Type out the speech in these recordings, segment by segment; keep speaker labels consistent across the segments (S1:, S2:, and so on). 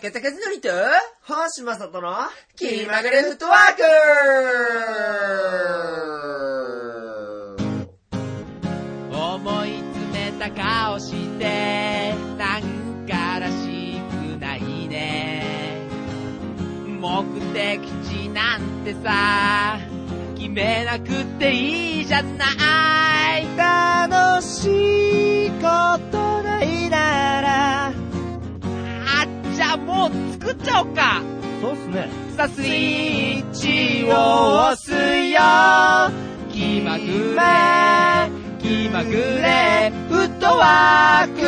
S1: 高坂ずのりと、
S2: 星正人の
S1: 気まぐれフットワー
S2: ク
S3: 思い詰めた顔してなんからしくないね目的地なんてさ決めなくていいじゃない楽しいことないならあじゃあもう作っちゃおうか
S2: そうっすね。
S3: さあスイッチを押すよ気まぐれ気まぐれフットワーク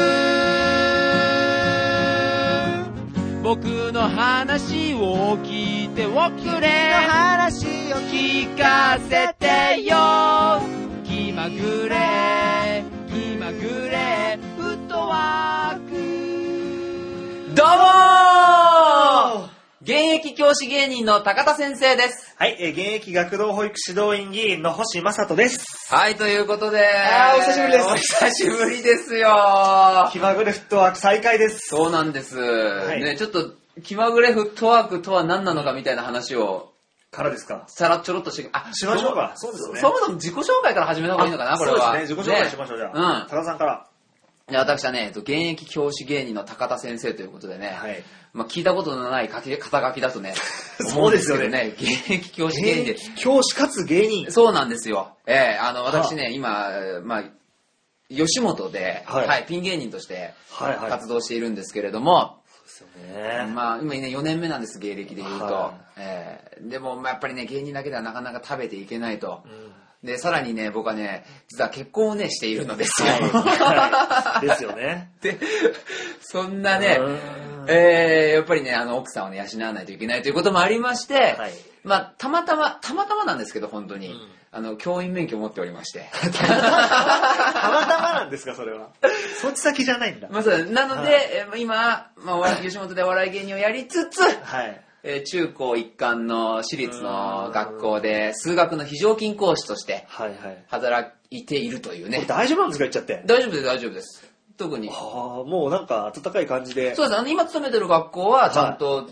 S3: 僕の話を聞いておくれ話を聞かせてよ気まぐれ気まぐれフットワークどうも現役教師芸人の高田先生です。
S2: はい、えー現役学童保育指導員議員の星正人です。
S1: はい、ということで。
S2: あーお久しぶりです
S1: お久しぶりですよ。
S2: 気まぐれフットワーク再開です。
S1: そうなんです。
S2: い
S1: ね、ちょっと、気まぐれフットワークとは何なのかみたいな話を、
S2: からですか
S1: さらっちょろっとして、あ、
S2: しましょうか。そうで
S1: そ
S2: す
S1: も。
S2: ね。
S1: そもそも自己紹介から始めた方がいいのかな、これは。
S2: そうですね。自己紹介しましょう、じゃあ。
S1: うん
S2: 多田さんから。
S1: で私はね、えっと現役教師芸人の高田先生ということでね、
S2: はい、
S1: まあ、聞いたことのない書き肩書きだとね思
S2: そ
S1: ん
S2: うですよね
S1: けどね。現役教師芸人
S2: 現
S1: で。
S2: 役教師かつ芸人。
S1: そうなんですよ。ええあの、私ね、今、まあ、吉本で、
S2: は
S1: はいい、ピン芸人として
S2: はいはい
S1: 活動しているんですけれども、
S2: そうですよね。
S1: まあ、今ね、4年目なんです、芸歴で言うと。
S2: は
S1: ええでも、まあ、やっぱりね、芸人だけではなかなか食べていけないと。で、さらにね、僕はね、実は結婚をね、しているのですよ。
S2: はいですよね。
S1: で、 そんなね
S2: うん、
S1: えーやっぱりね、あの、奥さんをね、養わないといけないということもありまして、
S2: はい
S1: まあ、たまたま、たまたまなんですけど、本当に、あの、教員免許を持っておりまして。
S2: たまたまなんですか、それは。そっち先じゃないんだ。
S1: まあ、そうなので、えー今、まあお笑い、吉本でお笑い芸人をやりつつ、
S2: はい。
S1: えー中高一貫の私立の学校で、数学の非常勤講師として、
S2: はいはい。
S1: 働いているというね。
S2: 大丈夫なんですか、言っちゃって。
S1: 大丈夫です、大丈夫です。特に。
S2: ああ、もうなんか暖かい感じで。
S1: そうです。あの、今勤めてる学校は、ちゃんと、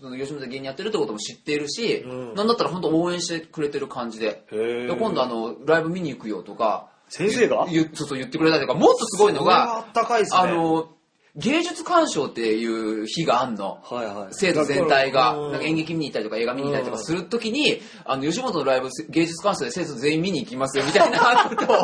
S1: その吉本で芸人やってるってことも知っているし、
S2: うん
S1: なんだったら本当応援してくれてる感じで。
S2: へ
S1: で
S2: ー
S1: 今度あの、ライブ見に行くよとか、
S2: 先生が
S1: 言そうそう言ってくれたりとか、もっとすごいのが、
S2: それは暖かいですね。
S1: あ、の、芸術鑑賞っていう日があんの。
S2: はいはい。
S1: 生徒全体が
S2: うん、
S1: なんか演劇見に行ったりとか映画見に行ったりとか
S2: うん
S1: するときに、あの、吉本のライブ芸術鑑賞で生徒全員見に行きますよ、みたいなことを。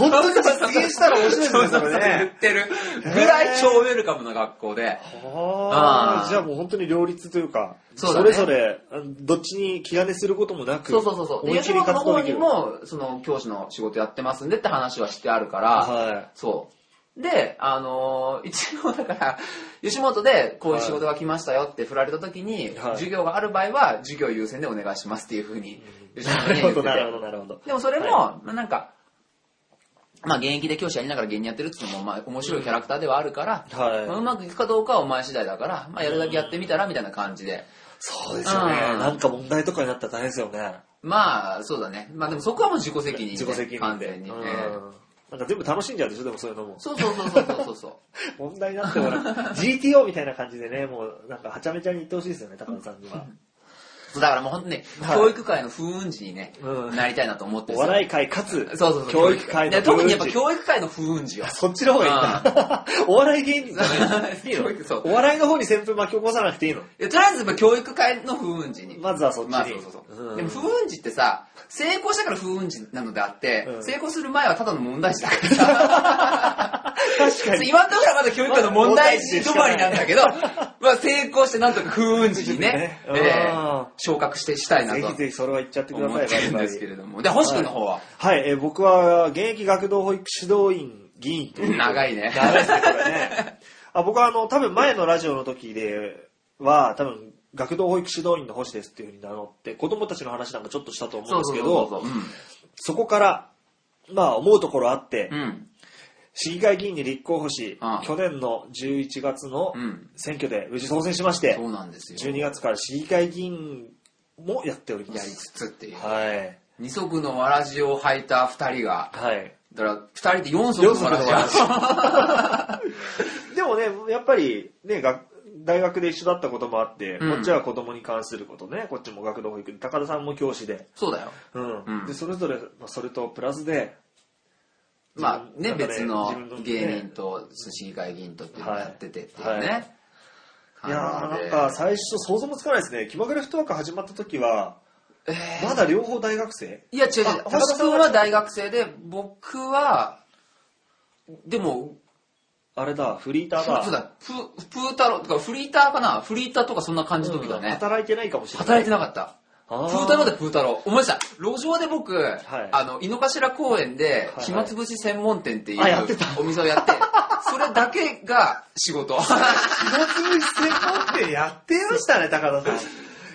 S2: 本当に実現したら面白い ですね、それ
S1: 言っ
S2: ね。
S1: てるぐらい超ウェルカムな学校で。
S2: あ
S1: あ
S2: あ、
S1: ー
S2: じゃあもう本当に両立というか、
S1: そうだ
S2: そ
S1: ね
S2: れぞれ、あのどっちに気兼ねすることもなく、
S1: そうそうそうそう。
S2: 思
S1: で
S2: いっき
S1: 吉
S2: り
S1: 本の
S2: 活動
S1: 方
S2: でき
S1: に
S2: る。
S1: も、その、教師の仕事やってますんでって話はしてあるから、
S2: は
S1: そう。で、あのー 一応だから、吉本でこういう仕事が来ましたよって振られた時に、
S2: はい
S1: 授業がある場合は、授業優先でお願いしますっていうふうに、
S2: い。
S1: 吉
S2: な
S1: 本
S2: る
S1: には
S2: ほ
S1: 言っ
S2: ど、
S1: て
S2: なるほ ど、
S1: て。
S2: なるほど。
S1: でもそれも、
S2: は
S1: まあなんか、まあ現役で教師やりながら芸人やってるっていうのも、まあ面白いキャラクターではあるから、
S2: はい
S1: まあうまくいくかどうかはお前次第だから、まあやるだけやってみたらみたいな感じで。
S2: そうですよね。
S1: うん
S2: なんか問題とかになったら大変ですよね。
S1: まあ、そうだね。まあでもそこはもう自己責任で。
S2: 自己責任
S1: 完
S2: で。
S1: 全に。え
S2: うん
S1: え
S2: なんか全部楽しんじゃうでしょ、でもそういうのも。
S1: そうそうそうそうそう そう。
S2: 問題になってもらう GTO みたいな感じでね、もうなんかはちゃめちゃに言ってほしいですよね、高野さんには。
S1: そうだからもう本当ね、
S2: はい
S1: 教育界の風雲児にね、
S2: うん
S1: なりたいなと思って
S2: お
S1: る
S2: 笑い界かつ、
S1: そうそうそう。
S2: 教育界の
S1: いや特にやっぱ
S2: 風
S1: 教育界の風雲児よ。
S2: そっちの方がいいんだ。 お笑い芸人じゃ ない。いいの
S1: 教育そう
S2: お笑いの方に旋風巻き起こさなくていいの
S1: いやとりあえずやっぱ教育界の風雲児に。
S2: まずはそっちに。
S1: まあそうそうそう。
S2: ん
S1: でも風雲児ってさ、成功したから風雲児なのであって、
S2: うん
S1: 成功する前はただの問題児だからさ。
S2: 確か
S1: そう
S2: に。
S1: 今のところはまだ教育界の問題児止まりなん だけど、まあ成功してなんとか風雲児にね、
S2: うん
S1: えー昇格してしたいな
S2: ぜひ
S1: と
S2: ぜひそれは言っちゃってくだ
S1: 思
S2: さい、
S1: ってるんですけれども。で、星君の方は、
S2: はい、えー僕は現役学童保育指導員議員という
S1: 長いね。
S2: 長いですね、これね。あ僕はあの、多分前のラジオの時では、多分学童保育指導員の星ですっていうふうに名乗って、子供たちの話なんかちょっとしたと思うんですけ
S1: そ
S2: ど、
S1: うそうそう
S2: そこから、まあ思うところあって、
S1: そう。うん。
S2: 市議会議員に立候補し、
S1: ああ
S2: 去年の11月の
S1: うん
S2: 選挙で無事当選しまして、
S1: そうなんですよ。
S2: 12月から市議会議員もやっておりま
S1: やり
S2: す。
S1: つつっていう。
S2: はい。
S1: 二足のわらじを履いた二人が、
S2: はい。
S1: だから二人で四足のわらじ
S2: 四足のわらでもね、やっぱりね、が大学で一緒だったこともあって、
S1: うん
S2: こっちは子供に関することね、こっちも学童保育で、高田さんも教師で、
S1: そうだよ。
S2: うん。
S1: うん
S2: で、それぞれ、まあそれとプラスで、
S1: まあね、
S2: なんかね
S1: 別の
S2: 自分のね
S1: 芸人と寿司議会議員とっていうのをやっててっていう
S2: はいは
S1: ね。
S2: いやー
S1: 感
S2: な
S1: じ
S2: ん
S1: で
S2: か最初想像もつかないですね。気まぐれフットワーク始まった時は、
S1: えー
S2: まだ両方大学生
S1: いや違う違う
S2: あ、
S1: 高橋君は大学生で、僕は、でも、
S2: あれだ、フリーターだ。
S1: そうだ、ププータローとかフリーターかなフリーターとかそんな感じの時だ
S2: うん
S1: ね。
S2: 働いてないかもしれない。
S1: 働いてなかった。プ
S2: あー
S1: ータローでプータロー。思い出した。路上で僕、あの、井の頭公園で
S2: はい
S1: 暇つぶし専門店っていう
S2: あやってた
S1: お店をやって、それだけが仕 事。
S2: 暇つぶし専門店やってましたね、高 田さん。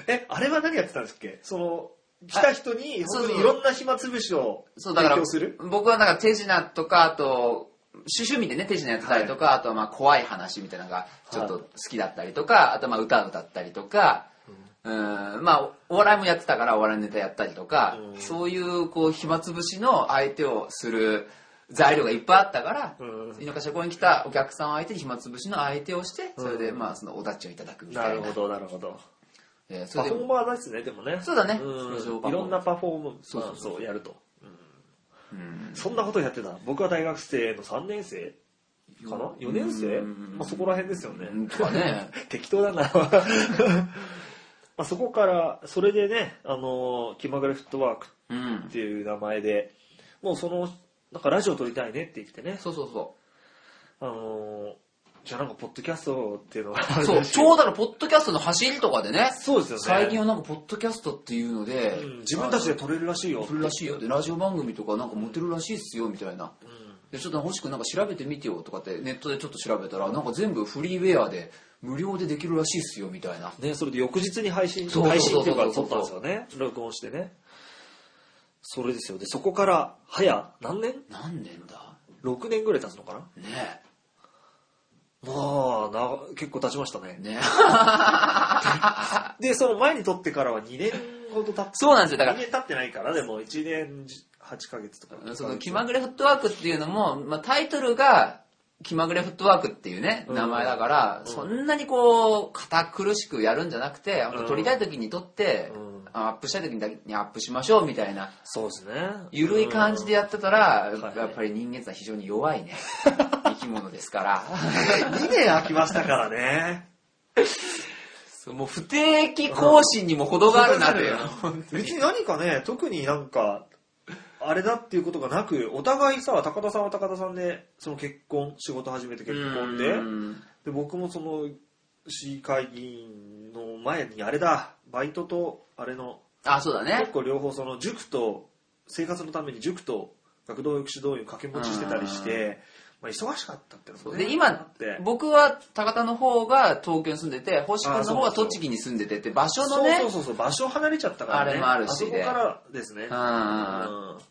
S2: え、あれは何やってたんですっけその、来た人に、
S1: そうそ
S2: 本
S1: う
S2: 当にいろんな暇つぶしを
S1: そう、だ
S2: 提
S1: から
S2: 供する、
S1: 僕はだから手品とか、あと、趣趣味でね、手品やってたりとか、あとはまあ怖い話みたいなのがちょっと好きだったりとか、あとまあ歌歌ったりとか、うん、まあお笑いもやってたからお笑いネタやったりとか、
S2: うん
S1: そういうこう暇つぶしの相手をする材料がいっぱいあったから、
S2: うん
S1: 井の頭公園に来たお客さんを相手に暇つぶしの相手をして、それで
S2: うん
S1: まあそのお立ちをいただくみた
S2: ない
S1: な。
S2: るほど、なるほど。
S1: えーそ
S2: パ
S1: れ
S2: フ
S1: で
S2: ォーマーですね、でもね。
S1: そうだね
S2: ん
S1: 路上パフォーマンス
S2: いろんなパフォーマンス
S1: そうそうそう
S2: をやると。
S1: うん
S2: そんなことやってた。僕は大学生の3年生かな ?4 年生
S1: うん
S2: まあそこら辺ですよね。
S1: とかね。
S2: 適当だな。まあそこから、それでね、あのー気まぐれフットワーク
S1: うん
S2: っ。ていう名前で、もうその、なんかラジオ撮りたいねって言ってね、
S1: そうそうそう。
S2: あのーじゃあなんかポッドキャストっていうのがある
S1: そう、
S2: らしい
S1: ちょうどあのポッドキャストの走りとかでね、
S2: そうですよね。
S1: 最近はなんかポッドキャストっていうので、
S2: うん自分たちで
S1: あ
S2: 撮れるらしいよ
S1: の。撮るらしいよって、ラジオ番組とかなんかモテるらしいっすよみたいな。
S2: うん
S1: で、ちょっと欲しくなんか調べてみてよとかってネットでちょっと調べたら、なんか全部フリーウェアで無料でできるらしいっすよみたいな。
S2: ね、それで翌日に配信、
S1: そうそうそう
S2: 配信っていうか撮ったんですよね。録音してね。それですよ。で、そこから、早、何年
S1: 何年だ
S2: ?6 年ぐらい経つのかな
S1: ね
S2: まあ、な、結構経ちましたね
S1: え。。ねえ。
S2: で、その前に撮ってからは2年ほど経って、
S1: そうなんですよ。だか
S2: 2
S1: ら、
S2: 年経ってないから、でも1年8ヶ月とか。
S1: その気まぐれフットワークっていうのも、まあ、タイトルが気まぐれフットワークっていうね、
S2: うん
S1: 名前だから、
S2: うん
S1: そんなにこう、堅苦しくやるんじゃなくて、
S2: うん
S1: 撮りたい時に撮って、
S2: うん
S1: アップしたい時にアップしましょうみたいな、
S2: そうですね。
S1: ゆるい感じでやってたら、
S2: うんはい
S1: やっぱり人間ってのは非常に弱い ね、生き物ですから。
S2: 2年空きましたから ね。
S1: そうもう不定期更新にも程があるなという。
S2: 別に何かね、特になんか、あれだっていうことがなく、お互いさ、高田さんは高田さんで、その結婚、仕事始めて結婚で、
S1: うん
S2: で、僕もその、市議会議員の前に、あれだ、バイトと、あれの、
S1: あ、そうだ
S2: 結
S1: ね。
S2: 構両方その塾と生活のために塾と学童保育指導員を掛け持ちしてたりして、まあ、忙しかったってこと
S1: で今
S2: って
S1: 僕は高田の方が東京に住んでて星君の方
S2: あ
S1: は
S2: そうそう
S1: 栃木に住んでてって場所
S2: そう
S1: のね
S2: そうそうそう場所離れちゃったからね
S1: あれもあるし
S2: そこからですね
S1: んうんう
S2: うん
S1: い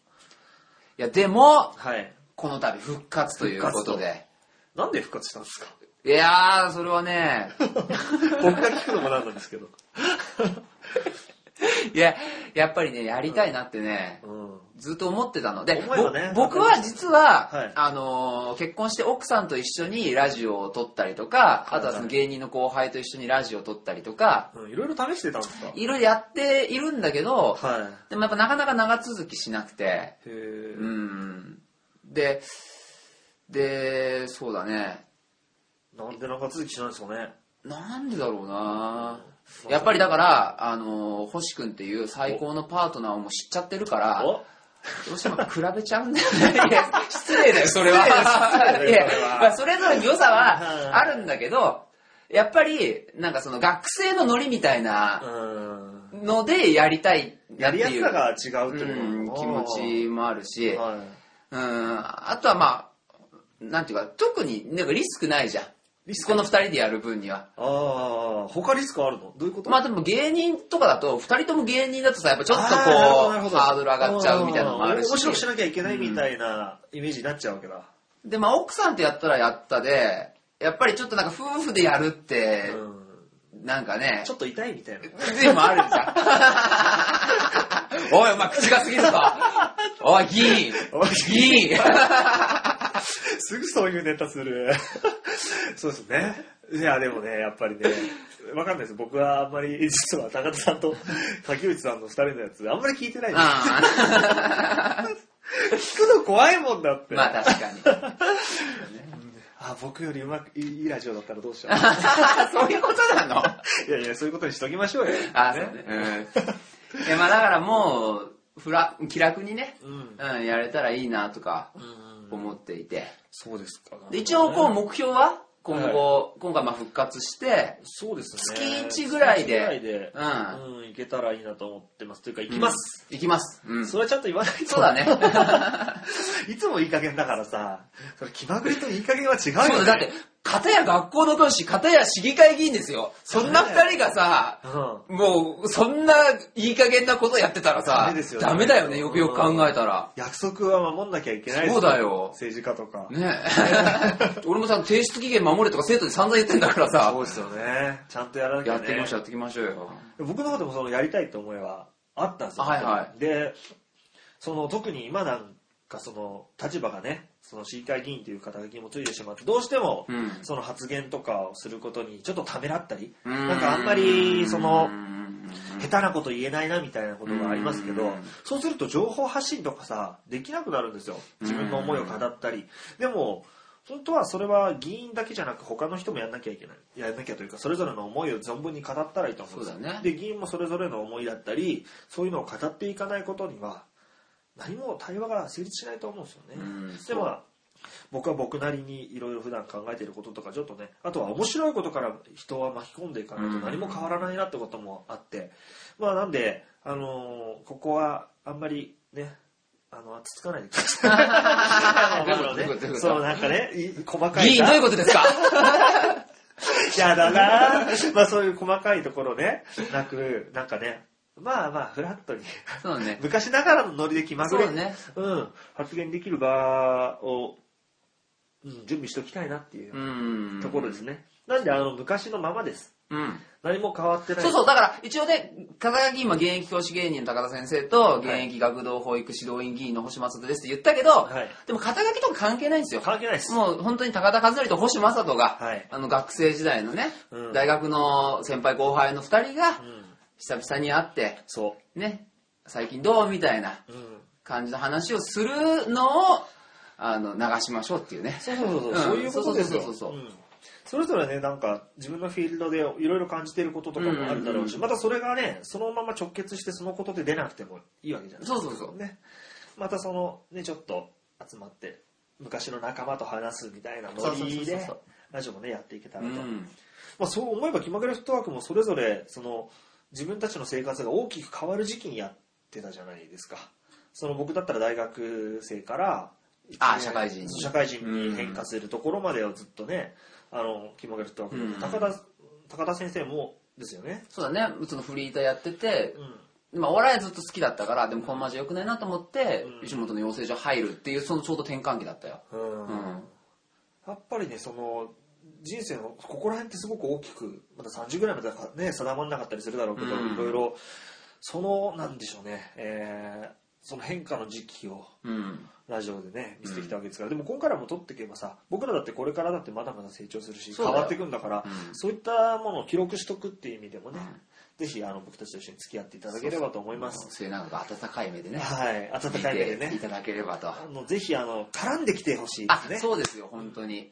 S1: やでも
S2: はい
S1: この度復活ということで
S2: なんで復活したんですか
S1: いやーそれはね
S2: 僕が聞くのもなんなんですけど、
S1: いややっぱりねやりたいなってね、
S2: うん、
S1: ずっと思ってたので、
S2: 思えばね
S1: ぼ僕は実は、
S2: はい
S1: あのー結婚して奥さんと一緒にラジオを撮ったりとか、
S2: はい
S1: あとはその芸人の後輩と一緒にラジオを撮ったりとか、
S2: うんいろいろ試してたんですか
S1: いろいろやっているんだけど、
S2: は
S1: でもやっぱなかなか長続きしなくて、
S2: いへえ、
S1: うんで、で、そうだね。
S2: なんで長続きしないんですかね
S1: なんでだろうなやっぱりだから、あの、星くんっていう最高のパートナーをもう知っちゃってるから、ど
S2: お
S1: うしても比べちゃうんだよ ね。いや失礼だよ、それは。
S2: 失礼だよそ
S1: い
S2: れ
S1: や
S2: は
S1: まあ、それぞれの良さ
S2: はい
S1: はあるんだけど、やっぱり、なんかその学生のノリみたいな
S2: うん
S1: のでやりたい
S2: や
S1: なって
S2: り
S1: いう
S2: やすさが違うってこと
S1: うん気持ちもあるし、
S2: はい
S1: うん、あとはまあ、なんていうか、特になんかリスクないじゃん。
S2: リスク
S1: この二人でやる分には。
S2: ああ、他リスクあるのどういうこと
S1: まあでも芸人とかだと、二人とも芸人だとさ、やっぱちょっとこう、
S2: あなるほどなるほど
S1: ハードル上がっちゃうみたいなのもあるし。
S2: 面白くしなきゃいけないみたいなイメージになっちゃうわけだ。
S1: で、まあ奥さんとやったらやったで、やっぱりちょっとなんか夫婦でやるって、
S2: うん
S1: なんかね
S2: ち、ょっと痛いみたいな。
S1: でもあるじゃ ん。おい、お前口が過ぎるぞ。おい、議員。
S2: おい
S1: 議員。
S2: すぐそういうネタする。そうですね。いや、でもね、やっぱりね、わかんないです。僕はあんまり、実は高田さんと竹内さんの二人のやつ、あんまり聞いてないんです。
S1: あ
S2: 聞くの怖いもんだっ
S1: ー
S2: て。
S1: まあ確かに。
S2: あ、僕よりうまく、いいいいラジオだったらどうしよう。
S1: そういうことなの
S2: いやいや、そういうことにしときましょうよ。
S1: あーそうね。うん。いや、まあだからもう、ふら、気楽にね、
S2: うん。
S1: うん、やれたらいいなとか
S2: うん
S1: 思っていて。
S2: そうですか。
S1: で一応こう目標は、今後、今回まあ復活して、
S2: そうですね。
S1: 月一ぐらいで
S2: 月一ぐらいで
S1: う。ん。
S2: うん、いけたらいいなと思ってます。というか、行きます。
S1: うん。行きます。うん。
S2: そ
S1: そう
S2: れはちゃんと言わないと。
S1: だ。ね。
S2: いつもいい加減だからさ、それ気まぐれといい加減 は違う
S1: そう
S2: よ、
S1: だ
S2: ね。
S1: だって、片や学校の教師、片や市議会議員ですよ。そんな二人がさ、
S2: うん。
S1: もう、そんないい加減なことやってたらさ、
S2: ダメですよね
S1: ダメだよね、よくよく考えたら。
S2: 約束は守んなきゃいけないです
S1: そうだよ
S2: 政治家とか。
S1: ね 俺もさ、提出期限守れとか生徒に散々言ってんだからさ
S2: そ、うですよね。ちゃんとやらなきゃ
S1: やっ
S2: ね。
S1: ていきましょう、やっていきましょうよ。
S2: 僕の方でもそのやりたいって思いはあったんですよ。
S1: はいは
S2: で、その特に今なんかその立場がね、その市議会議員という肩書きもついてしまって、どうしても
S1: うん。
S2: その発言とかをすることにちょっとためらったり、
S1: なん
S2: かあんまりその
S1: 下
S2: 下手なこと言えないなみたいなことがありますけ
S1: う
S2: ど
S1: ん、
S2: そうすると情報発信とかさ、できなくなるんですよ。自分の思いを語ったり。でも、本当はそれは議員だけじゃなく他の人もやんなきゃいけない。やんなきゃというか、それぞれの思いを存分に語ったらいいと思うんですよ
S1: そうだね
S2: で、議員もそれぞれの思いだったり、そういうのを語っていかないことには、何も対話が成立しないと思うんですよね。
S1: うん
S2: でもまあ僕は僕なりにいろいろ普段考えていることとかちょっとねあとは面白いことから人は巻き込んでいかないと何も変わらないなってこともあって、まあなんで、あのーここはあんまりねあのつつかないでください あのまあ
S1: どういうことど
S2: ね
S1: ういうこと
S2: そうなんかねい細か
S1: 議
S2: い
S1: 員
S2: な
S1: どういうことで すか
S2: やだな まあそういう細かいところねなくなんかねまあまあフラットに
S1: そうね。
S2: 昔ながらのノリで気まぐ
S1: そ
S2: れ
S1: うね。
S2: うん、発言できる場を、うん、準備しておきたいなっていう
S1: うん。
S2: ところです。ね。なんで、あの、昔のままです。
S1: うん。
S2: 何も変わってない。
S1: そうそう、だから一応ね、高田議員、今現役教師芸人の高田先生と、現役学童保育指導員議員の星正人ですって言ったけど、
S2: はい
S1: でも肩書きとか関係ないんですよ。
S2: 関係ないです。
S1: もう本当に高田和則と星正人が、
S2: はい
S1: あの学生時代のね、
S2: うん
S1: 大学の先輩後輩の2人が
S2: うん、
S1: 久々に会って、
S2: そ
S1: ね、最近どうみたいな
S2: う。うん。
S1: 感じの話をするのを、あの、流しましょうっていうね。
S2: そうそうそう、
S1: うん
S2: そういうことですよ。
S1: そうそうそうそう
S2: うんそれぞれね、なんか、自分のフィールドでいろいろ感じていることとかもあるだろうし、
S1: うん
S2: またそれがね、そのまま直結してそのことで出なくてもいいわけじゃない
S1: そうそうそう。
S2: ね、またそのねちょっと集まって昔の仲間と話すみたいな
S1: そ
S2: ノ
S1: うそうそう
S2: リ
S1: そう
S2: でラジオもねやっていけた
S1: う
S2: らと、
S1: ん。
S2: まあ、そう思えば気まぐれフットワークもそれぞれその自分たちの生活が大きく変わる時期にやってたじゃないですかその僕だったら大学生から
S1: あ社会人に
S2: 社会人に変化するところまでをずっとねあの気まぐれフットワークで、
S1: うん
S2: 高田高田先生もですよね、
S1: そうだね、うつのフリーターやってて
S2: う、ん、
S1: まあ、お笑いはずっと好きだったから、でもこのままじゃ良くないなと思って、
S2: うん
S1: 吉本の養成所入るっていう、そのちょうど転換期だったよ。
S2: うん
S1: うん。
S2: やっぱりねその人生のここら辺ってすごく大きくまだ30ぐらいまでだからね定まらなかったりするだろうけど、
S1: うん
S2: いろいろそのなんでしょうね、えーその変化の時期を
S1: うん。
S2: ラジオでね見せてきたわけですから、でも今回らも撮っていけばさ僕らだってこれからだってまだまだ成長するし
S1: そ
S2: 変
S1: うだよ
S2: わっていくんだから、
S1: うん
S2: そういったものを記録しとくっていう意味でもね、ぜひあの僕たちと一緒に付き合っていただければと思います。
S1: そういうなんか温かい目でね、
S2: はい、温
S1: 見
S2: かい目で
S1: てい
S2: ね
S1: ただければと。
S2: あのぜひあの絡んできてほしいで
S1: あ
S2: すね、
S1: そうですよ、本当に。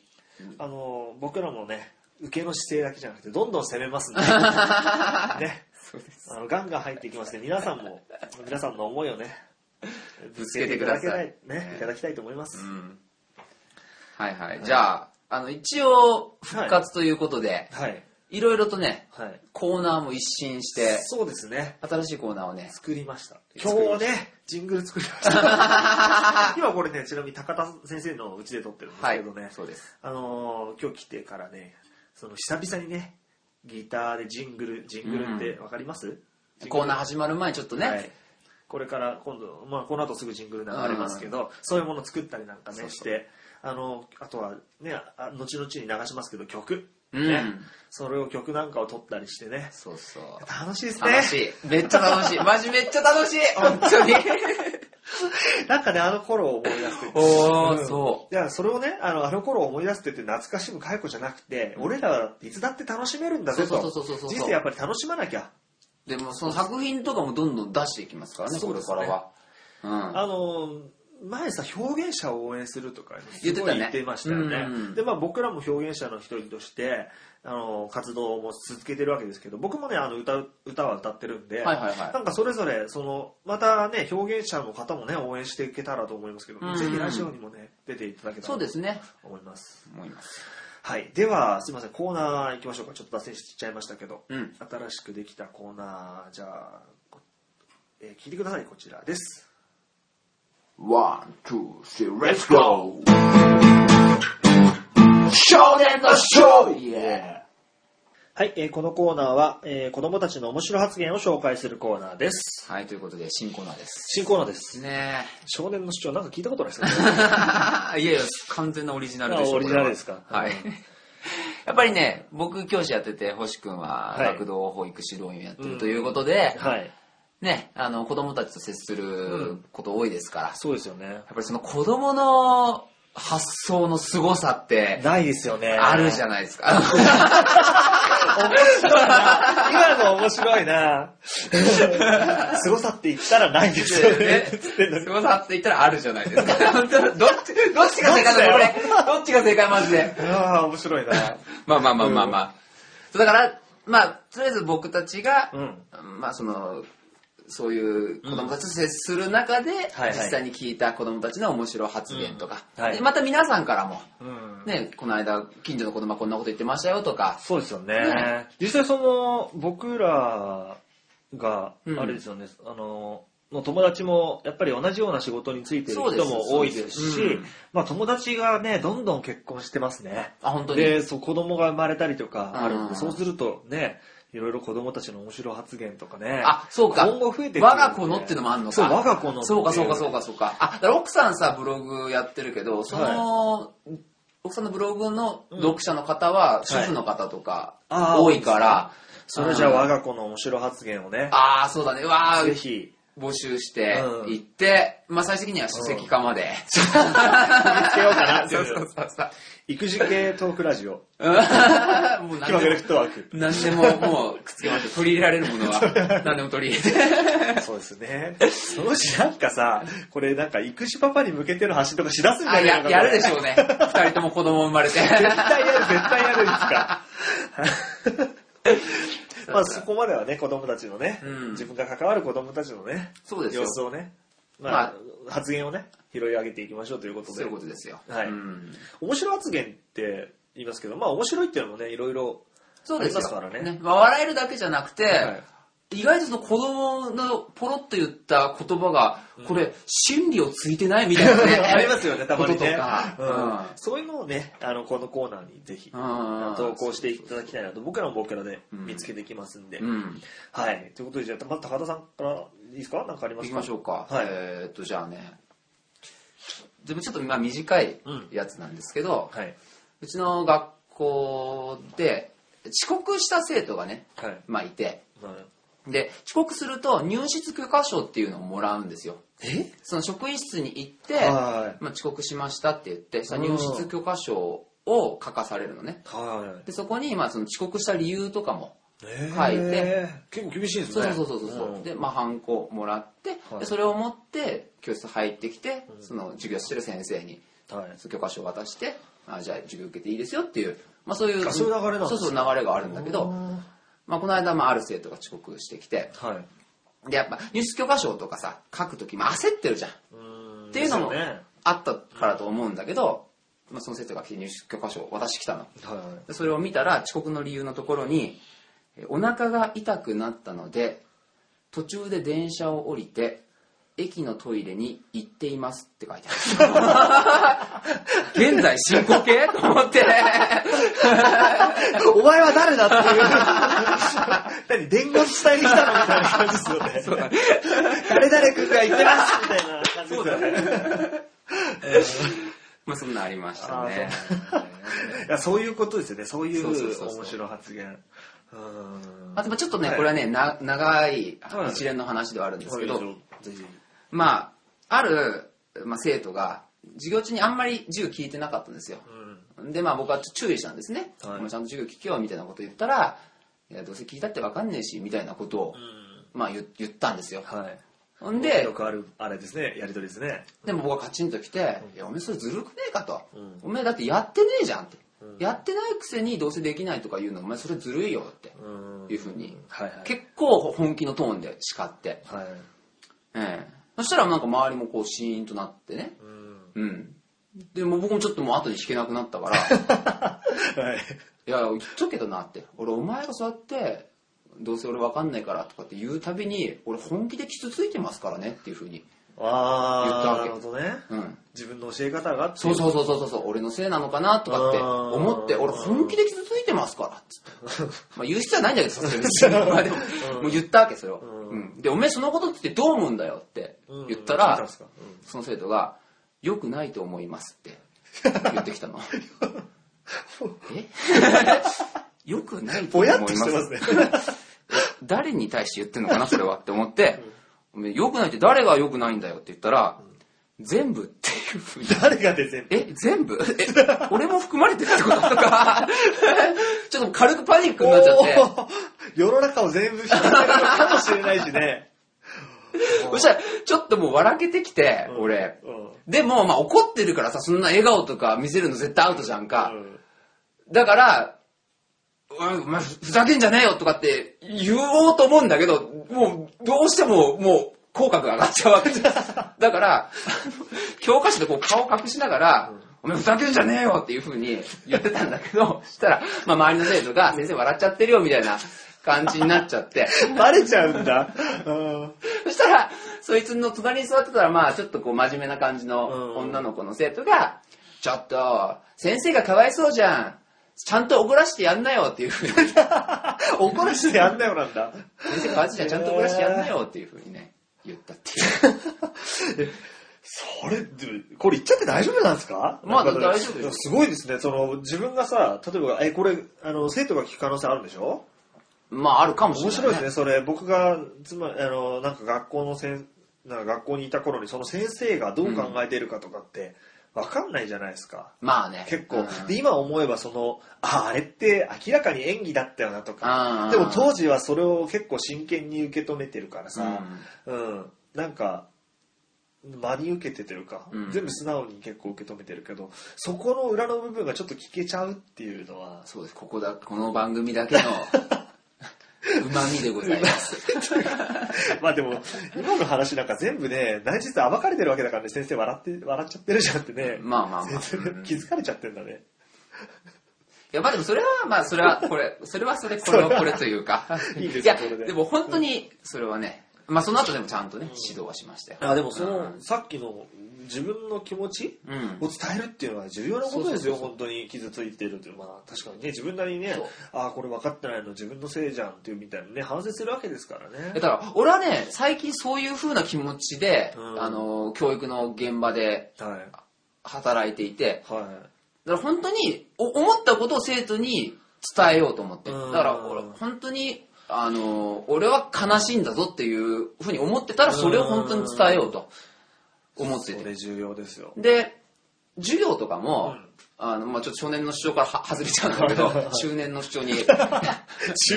S2: あの僕らもね受けの姿勢だけじゃなくてどんどん攻め ますねねあのガンガン入っていきますね皆さんも皆さんの思いをね
S1: ぶつけてください
S2: ぶつけていただけないねいただきたいと思います、
S1: うん。はいはい。じゃあ、あの、一応、復活ということで、
S2: はい
S1: いろいろとね、
S2: はい
S1: コーナーも一新して、
S2: そうですね
S1: 新しいコーナーをね、
S2: 作りました今
S1: 作りまし
S2: 日
S1: た
S2: ねジングル作りました 今これねちなみに高田先生のうちで撮ってるんです
S1: は
S2: け
S1: い
S2: どね、、
S1: そうです。
S2: あのー今日来てからねその久々にねギターでジングルジングルってわかります、ジング
S1: コ
S2: ル
S1: ーナー始まる前にちょっとね、
S2: はい、これから今度、まあ、この後すぐジングル流れますけど、そういうもの作ったりなんかね
S1: そうそう
S2: してあのあとはねあ後々に流しますけど曲、
S1: うん
S2: ねそれを曲なんかを撮ったりしてね
S1: そうそう。
S2: 楽しいですね
S1: 楽しい。めっちゃ楽しい。マジめっちゃ楽しい。本当に。
S2: なんかね、あの頃を思い出す。う
S1: おー、
S2: ん
S1: そ
S2: いや、それをね、あの、あの頃を思い出すって言って懐かしむ解雇じゃなくて、俺らはいつだって楽しめるんだぞ
S1: そうそう
S2: と
S1: そうそうそう。
S2: 人生やっぱり楽しまなきゃ。
S1: う。でも、その作品とかもどんどん出していきますからね、
S2: そう
S1: こ
S2: で
S1: れ
S2: す
S1: か
S2: ね
S1: らは。うん。
S2: あの、前さ、表現者を応援するとか、
S1: 言ってたね
S2: すごい言ってましたよね。
S1: うん
S2: で、まあ僕らも表現者の一人として、あの、活動も続けてるわけですけど、僕もね、あの、歌う、歌は歌ってるんで、
S1: はいはいはい
S2: なんかそれぞれ、その、またね、表現者の方もね、応援していけたらと思いますけど、
S1: うん
S2: ぜひラジオにもね、出ていただけた
S1: そう
S2: らと
S1: ですね。
S2: 思います。
S1: 思います。
S2: はい。では、すいません、コーナー行きましょうか。ちょっと脱線しちゃいましたけど、
S1: うん。
S2: 新しくできたコーナー、じゃあ、こえー聞いてください、こちらです。
S1: ワン、ツー、スリー、レッツゴー少年のショーイエ
S2: はい、えーこのコーナーは、えー子供たちの面白発言を紹介するコーナーです。
S1: ーはい、ということで、新コーナーです。
S2: 新コーナーです。
S1: ね
S2: 少年の主張なんか聞いたことないですね。
S1: え。 いやいや、完全なオリジナルでしょ。
S2: あオリジナルですか
S1: これははい
S2: うん。
S1: やっぱりね、僕教師やってて、星くんは
S2: はい
S1: 学童保育指導員やってるということで、
S2: はい。
S1: ね、あの、子供たちと接すること多いですから、や
S2: そうですよね
S1: っ。ぱりその子供の発想の凄さって、
S2: ないですよね。
S1: あるじゃ
S2: ん。
S1: ないですか。
S2: 面白いな。今の面白い な。凄さって言ったらないですよね。つってん のに
S1: 凄さって言ったらあるじゃないです か。本当どっち、どっちが正解だろう、これ。どっちが正解、マジで。
S2: ああ、面白いな。
S1: まあまあまあまあまあ。だから、まあ、とりあえず僕たちが、
S2: うん。
S1: まあその、そういう子供たちと接する中で、
S2: はい
S1: 実際に聞いた子供たちの面白い発言とか、
S2: うんはい
S1: でまた皆さんからも、
S2: うん
S1: ね、この間、近所の子供はこんなこと言ってましたよとか、
S2: そうですよね。
S1: ね
S2: 実際その、僕らが
S1: う、ん
S2: あれですよね、あの、の友達も、やっぱり同じような仕事についてる
S1: そうで
S2: 人
S1: す
S2: も多いですし、
S1: そうですうん
S2: まあ友達がね、どんどん結婚してますね。
S1: あ、本当に。
S2: で、そう、子供が生まれたりとかあるんで、
S1: うん
S2: そうするとね、いろいろ子供たちの面白い発言とかね。
S1: あ、そうか。
S2: 今後増えてくるんで
S1: 我が子のっていうのもあるのか。
S2: そう、我が子のってい
S1: そうかそうかそうかそうか。あ、だから奥さんさ、ブログやってるけど、その、奥さんのブログの読者の方は、主婦の方とか、
S2: あー
S1: 多いから、
S2: それじゃあ
S1: うん
S2: 我が子の面白い発言をね、
S1: ああ、そうだね。うわあ
S2: ぜ、ひ、
S1: 募集して、
S2: うん
S1: 行って、まあ最終的には書籍化まで。
S2: 見つけようかなってい
S1: そううそうそうそう。
S2: 育児系トークラジオ、
S1: うんも
S2: 気
S1: う
S2: まぐ
S1: 何で
S2: れ
S1: も
S2: フットワーク。
S1: 何でももうくっつけまして取り入れられるも のは何でも取り入れて
S2: そうですね。そのうちなんかさ、これなんか育児パパに向けての発信とかしだすんじゃ
S1: あ
S2: ない
S1: や やるでし
S2: ょ。
S1: ょうね二人とも子供生まれて
S2: 絶対やる、絶対やるんです か。まあそこまではね、子供たちのね、
S1: うん
S2: 自分が関わる子供たちのね、
S1: そうですよ
S2: 様子をね、まあ
S1: ま、
S2: 発言をね、拾い上げていきましょうということ
S1: そう
S2: で
S1: いう。ことですよ。
S2: はい
S1: うん
S2: 面白発言って言いますけど、まあ面白いっていうのもね、いろいろ
S1: そうです
S2: あ
S1: よ
S2: りますからね
S1: まあ、笑えるだけじゃなくて、
S2: はい
S1: 意外とその子供のポロッと言った言葉が、これ、真理をついてないみたいなね。
S2: ありますよね、たまに
S1: ことと
S2: ね
S1: か。。
S2: うんそういうのをね、あの、このコーナーにぜひ、
S1: うん
S2: 投稿していただきたいなと、僕らも僕らで見つけていきますんで。
S1: うん。
S2: はい。ということで、じゃあ、まず高田さんからいいですかなんかありま
S1: 行
S2: す
S1: き
S2: か
S1: ましょうか。
S2: はい
S1: えーっと、じゃあね。でもちょっとまあ短いやつなんですけど、う
S2: はい。
S1: ちの学校で遅刻した生徒がね、
S2: はい。
S1: まあいて、
S2: まあ
S1: で、遅刻すると入室許可証っていうのをもらうんですよ。
S2: え
S1: その職員室に行って、
S2: はい。
S1: まあ、遅刻しましたって言ってさ
S2: うん
S1: 入室許可証を書かされるのね
S2: はい。
S1: でそこにまあその遅刻した理由とかも
S2: え
S1: 書いて
S2: 結構厳しいです
S1: そう
S2: ね。
S1: そうそうそうそう、
S2: ん
S1: でまあハンコもらって
S2: はい
S1: でそれを持って教室入ってきてその授業してる先生に
S2: はい。
S1: 許可証を渡してあじゃあ授業受けていいですよっていう、まあ、そういう
S2: あそういう流れなんです
S1: そ
S2: ね
S1: うそう流れがあるんだけ
S2: う
S1: ど、
S2: ん
S1: まあ、この間まあある生徒が遅刻してきて
S2: はい。
S1: でやっぱ入室許可証とかさ書く時、まあ、焦ってるじゃん
S2: っ
S1: っていうのも
S2: ね。はい
S1: あったからと思うんだけど、まあ、その生徒が来て入室許可証を渡してきたの
S2: は
S1: でそれを見たら遅刻の理由のところにえーお腹が痛くなったので途中で電車を降りて駅のトイレに行っていますって書いてある 現在進行形と思って
S2: い。お前は誰だって いう。何、伝言伝えに来たのみたいな感じですよね。
S1: そうだね
S2: 誰々君が言ってますみたいな感じですよね。
S1: まあそんなんありましたね
S2: いやそういうことですよね。そうい
S1: そうそうそう
S2: う
S1: そう
S2: 面白い発言。うん
S1: あとまあちょっとね、
S2: はい
S1: これはねな長い
S2: はい
S1: 一連の話ではあるんですけど、
S2: はいぜひ
S1: まあある、まあ、生徒が授業中にあんまり銃聞いてなかったんですよ
S2: うん
S1: でまあ僕はちょっと注意したんですね、
S2: はい
S1: お前ちゃんと授業聞けよみたいなこと言ったらいやどうせ聞いたって分かんねえしみたいなことを、
S2: うん
S1: まあ、言言ったんですよ
S2: はい
S1: ほんで
S2: よくあるあれですねやり取りですね
S1: でも僕はカチンと来て「いやおめえそれずるくねえか」と
S2: うん
S1: 「おめえだってやってねえじゃん」って
S2: うん
S1: 「やってないくせにどうせできないとか言うのお前それずるいよ」って
S2: うん
S1: いうふうに
S2: はいはい
S1: 結構本気のトーンで叱って、
S2: はい
S1: ええそしたらなんか周りもこうシーンとなってね
S2: うん
S1: うんでもう僕もちょっともう後で弾けなくなった から「
S2: はい
S1: いや言っとくけどな」って「俺お前がそうやってどうせ俺わかんないから」とかって言うたびに「俺本気で傷ついてますからね」っていうふうに 言った
S2: ああ
S1: わ
S2: な
S1: け
S2: るほどね
S1: うん
S2: 自分の教え方がってい
S1: そうそうそうそうそう、俺のせいなのかなとかって思って、
S2: うん
S1: 俺本気で傷ついてますから、つ って。まあ言う必要はないんだけど、さすがにまあでも、もう言ったわけ、それを。
S2: う
S1: うんで、おめえそのことってどう思うんだよって
S2: うん
S1: 言っ
S2: 言
S1: た
S2: ったん
S1: ら
S2: ですか、
S1: その生徒が、良くないと思いますって言ってき たの。え良くないと
S2: ぼ
S1: 思い
S2: やっ
S1: ま
S2: と
S1: す
S2: してますね
S1: 誰に対して言ってんのかな、それはって思って、おめえ良くないって誰が良くないんだよって言ったら、全部っていうふうに。
S2: 誰がで全部
S1: え、全部え、俺も含まれてるってこととか、ちょっと軽くパニックになっちゃって、
S2: おー世の中を全部引き上げるかもしれないしね
S1: そしたら、ちょっともう笑けてきて、俺。
S2: うん
S1: でも、まあ怒ってるからさ、そんな笑顔とか見せるの絶対アウトじゃんか
S2: う。ん
S1: だから、うん、まあ、ふざけんじゃねえよとかって言おうと思うんだけど、もう、どうしても、もう、口角が上がっちゃうわけです。だから、あの教科書でこう顔隠しながら、お前ふざけんじゃねえよっていう風に言ってたんだけど、そしたら、まあ周りの生徒が、先生笑っちゃってるよみたいな感じになっちゃって、
S2: バレちゃうんだ。うん
S1: そしたら、そいつの隣に座ってたら、まあ、ちょっとこう、真面目な感じ
S2: うん
S1: の女の子の生徒が、ちょっと、先生がかわいそうじゃん。ちゃんと怒らしてやんなよっていうふうに。先
S2: 怒らせてやんなよなんだ。
S1: 生かわいそうじゃん、ちゃんと怒らしてやんなよっていうふうにね、言ったっていう。
S2: それ、これ言っちゃって大丈夫なんですか
S1: まあ
S2: なんかね
S1: 大丈夫ですよ
S2: すごいですね。その、自分がさ、例えば、え、これ、あの、生徒が聞く可能性あるんでしょ
S1: まあ、あるかもしれ
S2: 面
S1: ない、
S2: 白いですね。それ、僕が、つまり、あの、なんか学校の先、なんか学校にいた頃に、その先生がどう考えてるかとかって、わかんないじゃないですか。
S1: まあね。
S2: 結
S1: う
S2: 構
S1: ん。
S2: で、今思えば、その、あ、あれって明らかに演技だったよなと
S1: う
S2: か
S1: ん。
S2: でも当時はそれを結構真剣に受け止めてるから
S1: う
S2: さ、うん、なんか真に受けててるか、
S1: うん
S2: 全部素直に結構受け止めてるけどそこの裏の部分がちょっと聞けちゃうっていうのは
S1: んそうです。ここだ、この番組だけの、 旨味でございます。
S2: まあでも今の話なんか全部ね内実暴かれてるわけだからね先生笑って笑っちゃってるじゃんってね、
S1: まあまあまあ。
S2: 先
S1: う
S2: 生
S1: ん
S2: 気づかれちゃってんだね
S1: いや、まあでもそれは、まあそれは、これ、それはそれ、これはこれというか。
S2: いいです
S1: いや
S2: それで、
S1: でも本当に、それはね、まあその後でもちゃんとね、指導はしましたよ。
S2: あでもそ
S1: うん
S2: のさっきの自分の気持ち
S1: うん
S2: を伝えるっていうのは重要なことですよ
S1: そうそうそうそう
S2: 本当に傷ついてるというまあ確かにね自分なりにね
S1: そう
S2: ああこれ分かってないの自分のせいじゃんっていうみたいなね反省するわけですからね
S1: だから、俺はね、最近そういう風な気持ちで、
S2: うん
S1: あの、教育の現場で
S2: はい
S1: 働いていて、
S2: は
S1: だから本当に、お思ったことを生徒に伝えようと思って。だ
S2: うん
S1: から、俺、本当に、あの、俺は悲しいんだぞっていう風に思ってたら、それを本当に伝えようと思っ
S2: い。
S1: てて
S2: そ。れ重要ですよ。
S1: で、授業とかも、
S2: うん
S1: あの、まあちょっと少年の主張からは外れちゃうんだけど、 中年の主張に。
S2: 中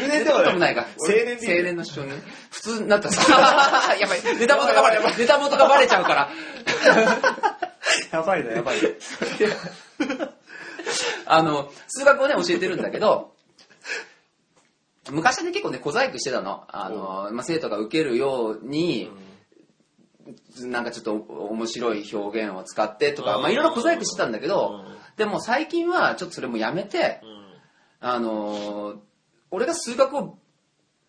S1: 年
S2: 年では
S1: もないか。
S2: 青年でいい
S1: 青年の主張に。普通になったら やばい、ネタ元がバレ、ネタ元がバレちゃうから。
S2: やばいね、やばいね。
S1: あの、数学をね、教えてるんだけど、昔はね、結構ね、小細工してたの。あの、まあ、生徒が受けるように、なんかちょっと面白い表現を使ってとか、
S2: うん
S1: まあ、いろいろ小細工してたんだけど
S2: うん、
S1: でも最近はちょっとそれもやめて、あのー俺が数学を、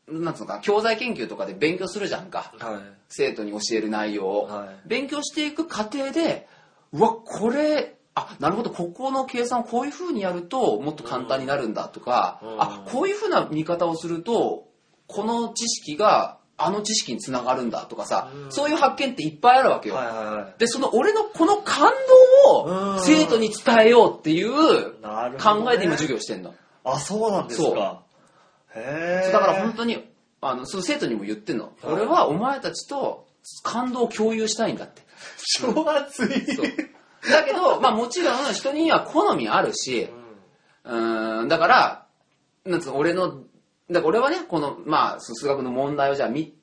S1: なんつうのかな、教材研究とかで勉強するじゃんか。
S2: はい。
S1: 生徒に教える内容を、
S2: はい
S1: 勉強していく過程でうわこれあなるほどここの計算をこういう風にやるともっと簡単になるんだとか、
S2: うん
S1: あこういう風な見方をするとこの知識があの知識につながるんだとかさ、
S2: うん
S1: そういう発見っていっぱいあるわけよ、
S2: はいはいはい。
S1: でその俺のこの感動
S2: うん
S1: を生徒に伝えようっていう
S2: なるほどね
S1: 考えで今授業してんの、
S2: あ、そうなんですか。へえ。
S1: だから本当にあのその生徒にも言ってんの、
S2: はい
S1: 俺はお前たちと感動を共有したいん だって。
S2: 超熱い。
S1: そうだけど、まあもちろん人には好みあるし、うーん、だから、なんつうの、俺の、だから俺はね、この、まあ、数学の問題をじゃあみ、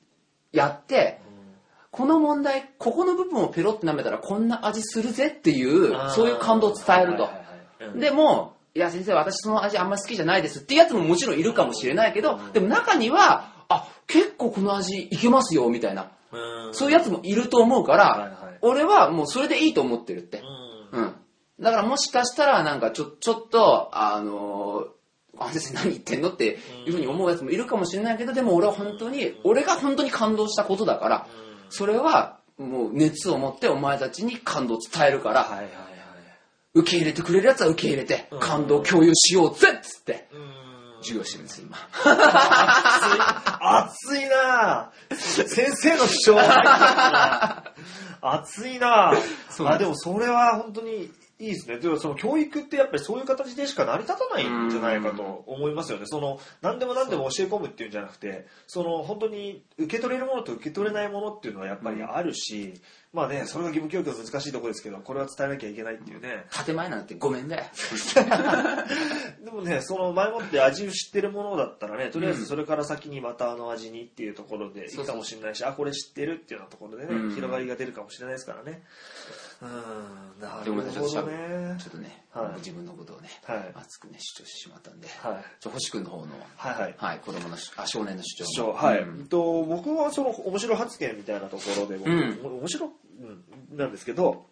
S1: やって、この問題、ここの部分をペロって舐めたらこんな味するぜっていう、そういう感動を伝えると。
S2: と
S1: でも、いや先生、私その味あんまり好きじゃないですっていうやつももちろんいるかもしれないけど、でも中には、あ、結構この味いけますよ、みたいな。そういうやつもいると思うか
S2: はい
S1: ら
S2: はい、
S1: 俺はもうそれでいいと思ってるって。うん。だからもしかしたら、なんかちょ、ちょっと、あのーあ、先生何言ってんのっていうふうに思うやつもいるかもしれないけど、でも俺は本当に、俺が本当に感動したことだから、それはもう熱を持ってお前たちに感動を伝えるから、
S2: はいはいはい。
S1: 受け入れてくれるやつは受け入れて
S2: う、ん
S1: 感動を共有しようぜっつって、
S2: うん
S1: 授業してるんですよ、今。
S2: 熱いなぁ先生の主張は入っちゃったな熱いなぁ
S1: そう
S2: あでもそれは本当にいいですね。でもその教育ってやっぱりそういう形でしか成り立たないんじゃないかと思いますよね。その何でも何でも教え込むっていうんじゃなくて、その本当に受け取れるものと受け取れないものっていうのはやっぱりあるし、まあね、それが義務教育の難しいところですけど、これは伝えなきゃいけないっていうね。
S1: 建前なんてごめんだよ。
S2: でもね、その前もって味を知ってるものだったらね、とりあえずそれから先にまたあの味にっていうところでいいかもしれないし、あ、これ知ってるっていうようなところでね、
S1: うん
S2: 広がりが出るかもしれないですからね。うーん、な
S1: で
S2: る
S1: ご
S2: ほ
S1: めんなさいちょっ
S2: ど
S1: と
S2: ね。
S1: ちょっとね、
S2: はい
S1: 自分のことをね、
S2: はい
S1: 熱くね、主張してしまったんで、
S2: はい。
S1: ちょ星君の方の、
S2: はいはい。
S1: はい、子供の主あ、少年の主張。
S2: 主張はい、
S1: うん
S2: うんと僕はその面白発言みたいなところで僕、
S1: うん
S2: お面白、うん、なんですけど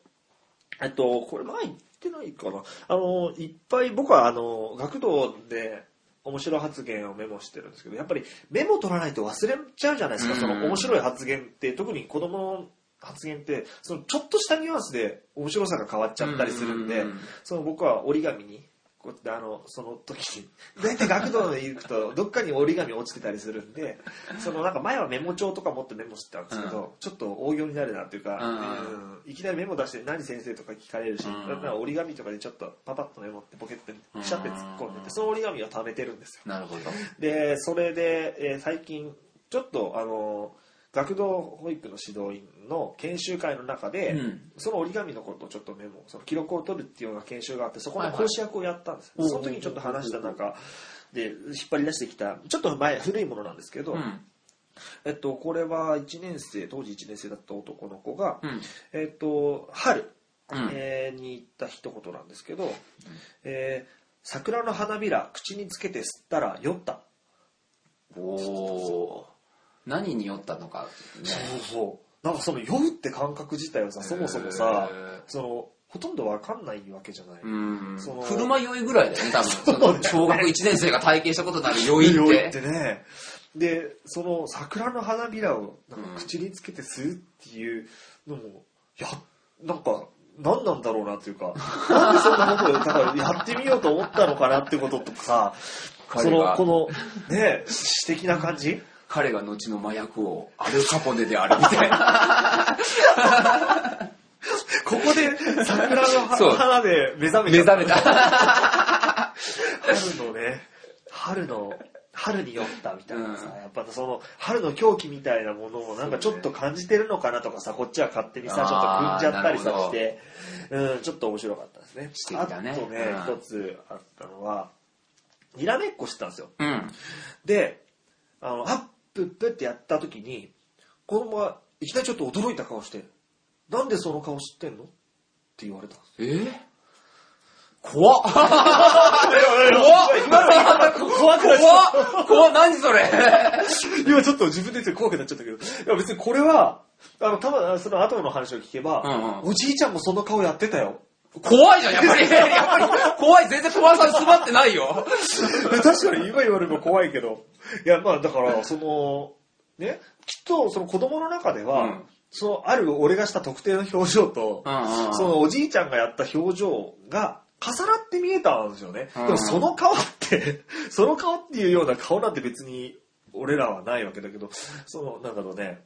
S2: えっとこれ前言ってないかなあのいっぱい僕はあの学童で面白発言をメモしてるんですけどやっぱりメモ取らないと忘れちゃうじゃないですか、
S1: うん
S2: その面白い発言って特に子供の発言ってそのちょっとしたニュアンスで面白さが変わっちゃったりするんで、
S1: うんうんうん
S2: その僕は折り紙にこうやってあのその時に 大体学童で行くとどっかに折り紙落ちてたりするんでそのなんか前はメモ帳とか持ってメモしてたんですけど、
S1: うん
S2: ちょっと大行になるなっていうか、
S1: う
S2: うんいきなりメモ出して何先生とか聞かれるし、
S1: うん
S2: だから折り紙とかでちょっとパパッとメモってポケットにピシャって突っ込んで
S1: う
S2: て
S1: ん
S2: その折り紙を貯めてるんですよ
S1: なるほど。
S2: でそれで、えー最近ちょっとあの学童保育の指導員の研修会の中で、
S1: うん
S2: その折り紙のことをちょっとメモその記録を取るっていうような研修があってそこ
S1: は
S2: の
S1: いはい
S2: 講師役をやったんですよ、
S1: おう
S2: その時にちょっと話した中で引っ張り出してきたちょっと前古いものなんですけど、
S1: うん。
S2: えっと、これは1年生当時1年生だった男の子が、
S1: うん。
S2: えっと、春、
S1: うん
S2: えーに行った一言なんですけど、えー桜の花びら口につけて吸ったら酔った」
S1: おー何に酔ったのか、ね。
S2: そうそう。なんかその酔うって感覚自体はさ、そもそもさ
S1: へー、
S2: その、ほとんどわかんないわけじゃない。
S1: うん
S2: その。
S1: 振る舞い酔いぐらいだよね、多分。そ
S2: そうだよ
S1: の
S2: ね
S1: 小学1年生が体験したことのある酔いって。
S2: 酔いってね。で、その桜の花びらをなんか口につけて吸うっていうのも、や、なんか、何なんだろうなっていうか、なんでそんなことを、だからやってみようと思ったのかなってこととかさ、そ
S1: 彼
S2: の、
S1: が
S2: この、ね、詩的な感 じ
S1: 彼が後の麻薬王、アルカポネであるみたいな。
S2: ここで桜の
S1: そう
S2: 花花で 目覚め
S1: 目
S2: ちゃった
S1: 覚めた。
S2: 春のね、春の、春に酔ったみたいなさ、
S1: うん
S2: やっぱその、春の狂気みたいなものをなんかちょっと感じてるのかなとかさ、こっちは勝手にさ、ちょっと
S1: あー
S2: 組んじゃったりさ
S1: なるほ
S2: し
S1: ど
S2: て、うん、ちょっと面白かったですね。
S1: 素敵だね
S2: あとね
S1: う、ん
S2: 一つあったのは、にらめっこしてたんですよ。
S1: うん。
S2: で、あの、あっ、ぷっぷってやった時に、子供がいきなりちょっと驚いた顔して、なんでその顔知ってんのって言われたんです
S1: えー怖っ
S2: 今の言い方怖くなっちゃった
S1: 怖っ怖っ何それ
S2: 今ちょっと自分で言って怖くなっちゃったけど、いや別にこれは、あの、たまその後の話を聞けば、
S1: うんうん
S2: おじいちゃんもその顔やってたよ。
S1: 怖いじゃん、やっぱり。やっぱり怖い、全然怖さ薄まってないよ。
S2: 確かに今言われれば怖いけど、いやまあだから、その、ね、きっとその子供の中では、
S1: うん
S2: そのある俺がした特定の表情と、
S1: うんうん
S2: そのおじいちゃんがやった表情が重なって見えたんですよね。
S1: うん
S2: でもその顔って、 その顔っていうような顔なんて別に俺らはないわけだけど、その、なんだろうね、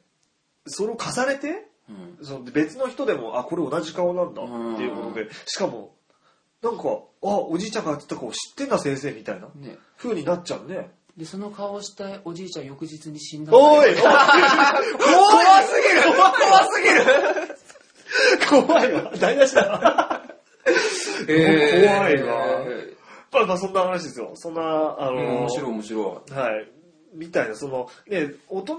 S2: それを重ねて、
S1: うん
S2: その別の人でも、あ、これ同じ顔なんだっていうことで、しかも、なんか、あ、おじいちゃんがやってた顔知ってんだ先生みたいな
S1: ね
S2: 風になっちゃうね。
S4: でその顔をしたおじいちゃん翌日に死んだんだよ
S2: おい
S1: 怖すぎる怖すぎる
S2: 怖いわ 台無しだ怖いわ
S1: え
S2: まあまあそんな話ですよそんなあ
S1: ー
S2: の、
S1: 面白い面白
S2: はい。みたいな、その、ね、大人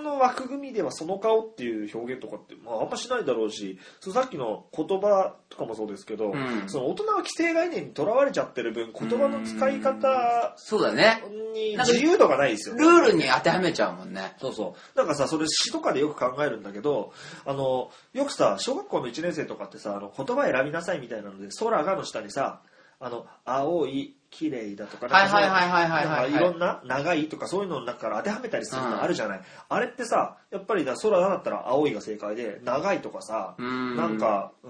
S2: の枠組みではその顔っていう表現とかって、まああんましないだろうし、そのさっきの言葉とかもそうですけど、
S1: うん
S2: その大人は既成概念にとらわれちゃってる分、言葉の使い方
S1: いそうだね
S2: に自由度がないですよ
S1: ル
S2: ね。
S1: ールに当てはめちゃうもんね
S2: そうそう。なんかさ、それ詩とかでよく考えるんだけど、あの、よくさ、小学校の1年生とかってさ、あの言葉選びなさいみたいなので、空がの下にさ、あの、青い、綺麗だとか、
S1: は
S2: ないんかそ
S1: はい
S2: の
S1: はいはいはい
S2: な
S1: は
S2: ん
S1: い
S2: かいろんな長いとかそういうのの中から当てはめたりするのあるじゃない、あれってさやっぱりだ空だったら青いが正解で長いとかさ、
S1: うん
S2: なんか、う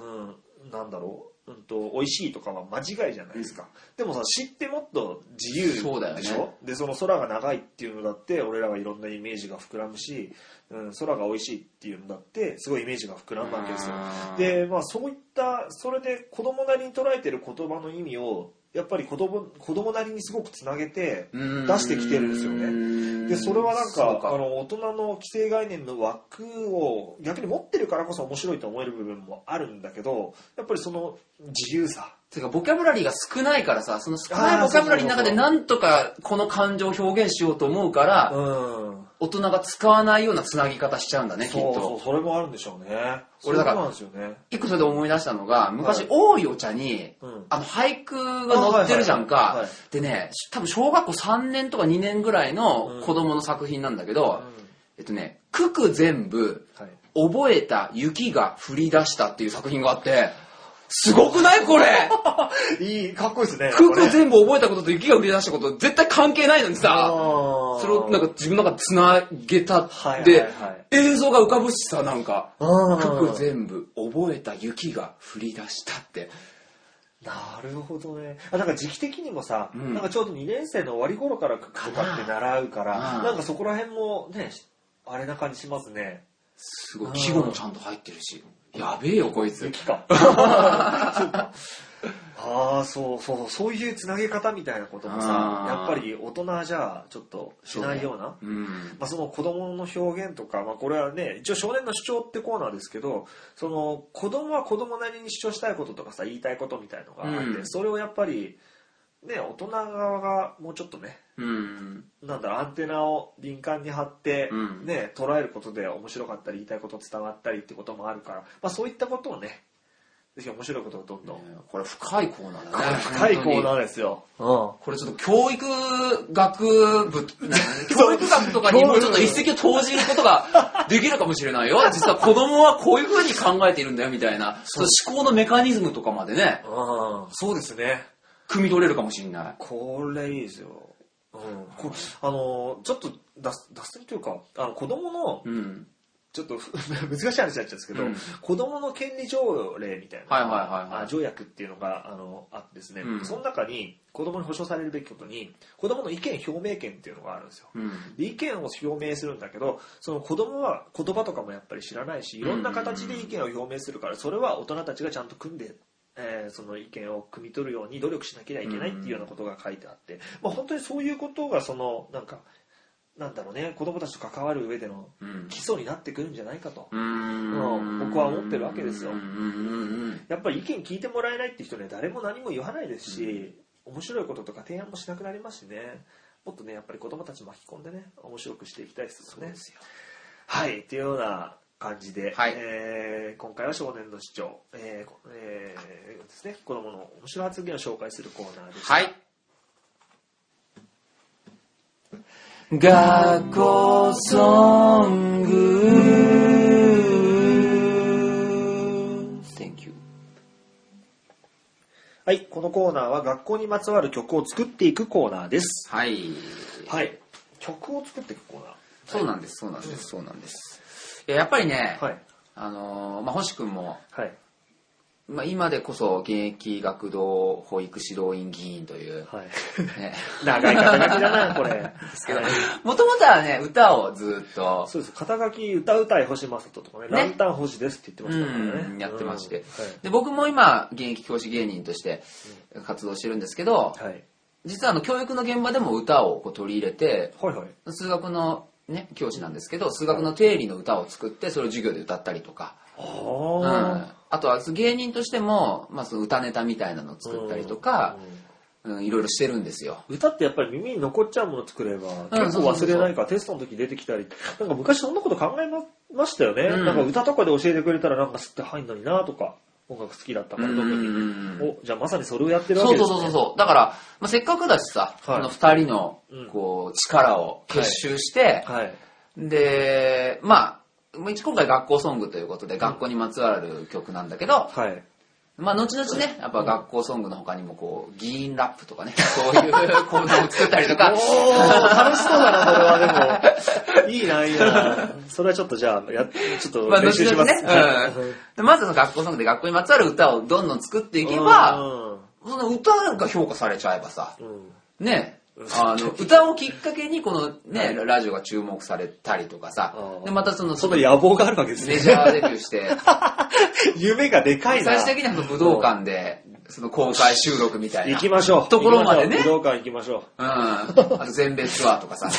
S2: ん、なんだろう、うん、と美味しいとかは間違いじゃないですか、でもさ知ってもっと自由でし
S1: そうだよ
S2: ょ
S1: ね
S2: でその空が長いっていうのだって俺らはいろんなイメージが膨らむし、うん、空が美味しいっていうのだってすごいイメージが膨らむわけですよ
S1: うん
S2: でまあそういったそれで子供なりに捉えてる言葉の意味をやっぱり子供子供なりにすごくつなげて
S1: 出
S2: 出してきてるんですよね
S1: ね
S2: でそれはなん
S1: そ
S2: か
S1: うか
S2: あの大人の既成概念の枠を逆に持ってるからこそ面白いと思える部分もあるんだけどやっぱりその自由さ
S1: てか、ボキャブラリーが少ないからさ、その少ない
S2: あー
S1: ボキャブラリーの中でなんとかこの感情を表現しようと思うから、
S2: うん
S1: 大人が使わないようなつなぎ方しちゃうんだね、きっ
S2: そうそう
S1: と。
S2: それもあるんでしょうね
S1: 俺だから
S2: そうなんですよね
S1: 一個それで思い出したのが、昔、
S2: はい
S1: 多いお茶に
S2: うん、
S1: あの、俳句が載ってるじゃ
S2: あはいはい
S1: んか
S2: はい。
S1: でね、多分小学校3年とか2年ぐらいの子供の作品なんだけど、えっとね、九九全部、
S2: はい
S1: 覚えた雪が降り出したっていう作品があって、すごくないこれ
S2: いいかっこいいですね
S1: 九
S2: これ
S1: 九全部覚えたことと雪が降り出したこと絶対関係ないのにさ、
S2: あー
S1: それをなんか自分の中で繋げ
S2: は
S1: た
S2: いはい
S1: で
S2: はい、
S1: 映像が浮かぶしさ、なんか、
S2: うん
S1: 九九全部覚えた雪が降り出したって。
S2: なるほどね。あ、なんか時期的にもさ、
S1: うん
S2: なんかちょうど2年生の終わり頃からとかって習うから、
S1: うん
S2: なんかそこら辺もね、あれな感じしますね。
S1: すごい、季語もちゃんと入ってるし。やべえよ、こいつ。
S2: 雪 か。ああ、そうそう、そういうつなげ方みたいなこともさ
S1: あ、ー
S2: やっぱり大人じゃちょっとしないような。
S1: うん。
S2: まあ、その子供の表現とか、まあ、これはね一応少年の主張ってコーナーですけどその子供は子供なりに主張したいこととかさ言いたいことみたいのがあって、
S1: うん
S2: それをやっぱり、ね、大人側がもうちょっとね
S1: うん。
S2: なんだろうアンテナを敏感に張って、
S1: うん
S2: ね、捉えることで面白かったり言いたいこと伝わったりってこともあるから、まあ、そういったことをねぜひ面白いことをどんどん、
S1: これ深いコーナーだね。
S2: 深いコーナ
S1: ー。
S2: ーですよ、うん、
S1: これちょっと教育学 部、な教育学とかにもちょっと一石を投じることができるかもしれな いよ。実は子供はこういう風に考えているんだよみたいな、その思考のメカニズムとかまでね、
S2: うん、そうですね
S1: 汲み取れるかもしれない。
S2: これいいですよ。うん、こあのちょっと脱脱線というかあの子供の
S1: うん。
S2: ちょっと 難しい話になっちゃうんですけど、
S1: うん
S2: 子供の権利条例みたいな、
S1: はいはいはいはい
S2: あ条約っていうのがあのあってですね、
S1: うん
S2: その中に子供に保障されるべきことに子供の意見表明権っていうのがあるんですよ。
S1: うん。
S2: で意見を表明するんだけどその子供は言葉とかもやっぱり知らないしいろんな形で意見を表明するからそれは大人たちがちゃんと組んで、えーその意見を汲み取るように努力しなきゃいけないっていうようなことが書いてあって、まあ、本当にそういうことがそのなんかなんだろうね子供たちと関わる上での
S1: うん
S2: 基礎になってくるんじゃないかと。
S1: うん
S2: 僕は思ってるわけですよ
S1: うんうん
S2: やっぱり意見聞いてもらえないって人には誰も何も言わないですし、面白いこととか提案もしなくなりますしねもっとねやっぱり子供たち巻き込んでね面白くしていきたいですよねはいっていうような感じで、
S1: はい
S2: えー今回は少年の主張、えーこえーですね、子供の面白い発言を紹介するコーナーでした、
S1: はい。学校ソング Thank you.
S2: はい、このコーナーは学校にまつわる曲を作っていくコーナーです
S1: はい。
S2: はい曲を作っていくコーナー
S1: そうなんです、そうなんです、そうなんです。いややっぱりね、
S2: はい
S1: あのーまあ、星君も、
S2: はい
S1: まあ、今でこそ現役学童保育指導員議員という、
S2: はい
S1: ね、
S2: 長い肩書きだなこれですけど
S1: もともとはね、歌をずっと、
S2: そうです肩書き歌うたい星正人とかね
S1: ね
S2: ランタン星ですって言ってますから
S1: う
S2: ね
S1: んやってまして
S2: うん
S1: で僕も今現役教師芸人として活動してるんですけど、
S2: はいはい
S1: 実はあの教育の現場でも歌をこう取り入れて
S2: はいはい。
S1: 数学の、ね、教師なんですけど数学の定理の歌を作ってそれを授業で歌ったりとか、うん、
S2: ああ。
S1: あとは芸人としても、まあ、その歌ネタみたいなのを作ったりとか
S2: うん、
S1: うん、いろいろしてるんですよ。
S2: 歌ってやっぱり耳に残っちゃうもの作れば結構忘れないからテストの時出てきたりなんか昔そんなこと考えまましたよね、
S1: うん
S2: なんか歌とかで教えてくれたらなんか吸って入んのになとか音楽好きだったから特
S1: うん
S2: に
S1: うんうん
S2: おじゃあまさにそれをやってるわ
S1: そ
S2: け
S1: う
S2: で
S1: そう
S2: すね
S1: そうそうそう。だから、まあ、せっかくだしさ、この二人の
S2: うん、
S1: こう、力を結集して、
S2: はい
S1: で、まあ、もう一今回学校ソングということで、学校にまつわる曲なんだけど、
S2: はい
S1: まあ、後々ね、やっぱ学校ソングの他にも、こう、議員ラップとかね、そういうコーナーを作ったりと か、
S2: おー楽しそうだなこれはでもいいないいなそれはちょっとじゃあやちょっと
S1: まあ、
S2: 練
S1: 後
S2: 習し
S1: 々
S2: ます、
S1: ね、うん。まずその学校ソングで学校にまつわる歌をどんどん作っていけば、その歌が評価されちゃえばさ、
S2: うんうん
S1: ね、あ の、歌をきっかけに、このね、ラジオが注目されたりとかさ
S2: あ、ー
S1: で、またその、
S2: その野望があるわけですね
S1: メジャーデビューして、
S2: 夢がでかいな
S1: 最終的にはその武道館で、その公開収録みたいな。
S2: 行きましょう
S1: ところまでね
S2: 行きしょう武道館行きましょう
S1: うん。あと全米ツアーとかさ。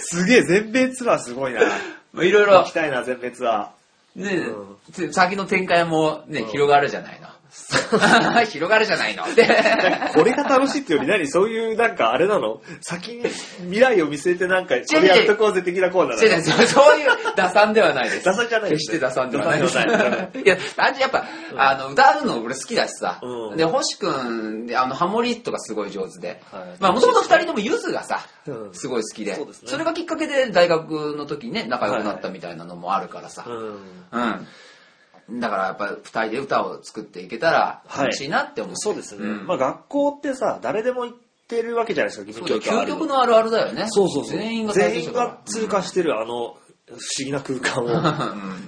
S2: すげえ、全米ツアーすごいな。
S1: まあいろい
S2: 行
S1: ろ
S2: き、たいな、全米ツア
S1: ね
S2: うん、
S1: つ先の展開もね、広がるじゃ ないの。広がるじゃないの。で
S2: ー。これが楽しいってより何そういう、なんかあれなの先に未来を見据えてなんか、これやっとこうぜ的なコーナー
S1: 違う
S2: な
S1: 違うそうそういう打算ではないです。
S2: 打算じゃないです
S1: 決
S2: ね
S1: して打算ではないです。い
S2: 打算ではない
S1: や、あとやっぱ、あの、歌うの俺好きだしさ。
S2: うん
S1: で、星くんで、あの、ハモリとかすごい上手で。
S2: はい
S1: まあ、もともと二人ともゆずがさ、
S2: うん
S1: すごい好きで
S2: そうですね
S1: れがきっかけで大学の時にね、仲良くなったみたいなのもあるからさ。
S2: の。
S1: うん。だからやっぱ二人で歌を作っていけたら
S2: はい
S1: 楽しいなって思
S2: う
S1: う。
S2: ん。そうですね。
S1: ん
S2: まあ学校ってさ、誰でも行ってるわけじゃないですか、義務
S1: そう
S2: 教育あ
S1: だ究
S2: る
S1: 極のあるあるだよね。
S2: そうそうそう。
S1: 全員が
S2: 全員が通過してる、あの、不思議な空間を。やっ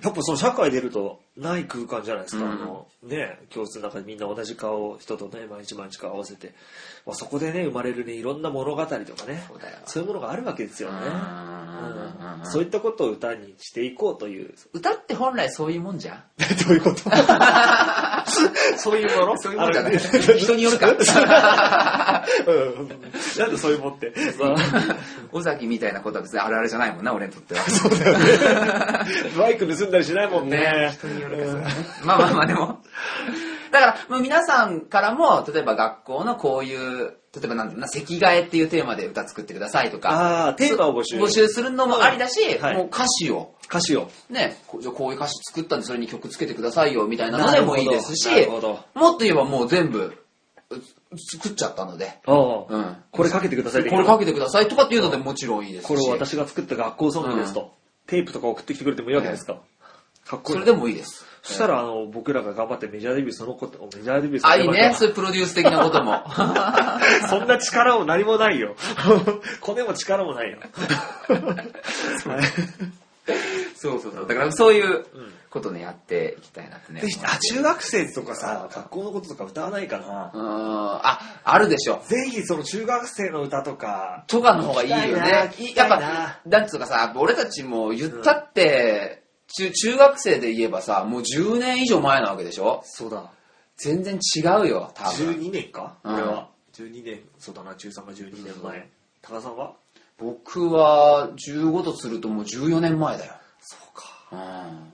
S2: ぱその社会出るとない空間じゃないですか。
S1: うん
S2: あの、ね、教室の中でみんな同じ顔を、人とね、毎日毎日顔を合わせて、まあ、そこでね、生まれるね、いろんな物語とかね、
S1: そうだよ
S2: そういうものがあるわけですよね。
S1: うん
S2: うんそういったことを歌にしていこうと いう。
S1: 歌って本来そういうもんじゃん。
S2: どういうこと そういうもの
S1: そういうもんじゃない。
S2: あの
S1: 人による か。
S2: うんなんでそういうもんって。まあ
S1: 尾崎みたいなことは別にあるあるじゃないもんな、俺にとっては。
S2: バイク盗んだりしないもんね。
S1: 人によるからさまあまあまあでも。だから、もう皆さんからも、例えば学校のこういう、例えばなんだろうな、席替えっていうテーマで歌作ってくださいとか、
S2: ああ、テーマを募集。
S1: 募集するのもありだし、
S2: はい
S1: もう歌詞を、
S2: 歌詞を。
S1: ね、こうじゃあこういう歌詞作ったんでそれに曲つけてくださいよみたいなのでもいいですし
S2: なるほどなるほ、
S1: もっと言えばもう全部う作っちゃったので、
S2: ああ
S1: うん
S2: これかけてください
S1: これか
S2: け
S1: けてくださいとかっていうのでもちろんいいですし、
S2: これを私が作った学校ソングですと、テープとか送ってきてくれてもいいわけですか、かっこいい
S1: それでもいいです。
S2: そしたらあの僕らが頑張ってメジャーデビューそのことをメジャーデビューす
S1: あ、
S2: れ
S1: いい
S2: ば
S1: ね。そういうプロデュース的なこと も。
S2: そんな力も何もないよ コネも力もないよはい
S1: そうそうそう。だからそういうことね、やっていきたいなってね。
S2: であ中学生とかさ学校のこととか歌わないかな
S1: う、ーん。あ、あるでしょ。
S2: ぜひその中学生の歌とか
S1: とかの方がいいよね
S2: 聞。き
S1: い
S2: た
S1: や
S2: い
S1: っ
S2: な
S1: ぱ、なんつうかさ、俺たちも言ったって、中中学生で言えばさ、もう10年以上前なわけでしょ
S2: そうだ
S1: 全然違うよ、多分。
S2: 12年か、
S1: うん
S2: 俺は12年そうだな中3が12年前高田さんは
S1: 僕は15とするともう14年前だよ。
S2: そうか
S1: うん。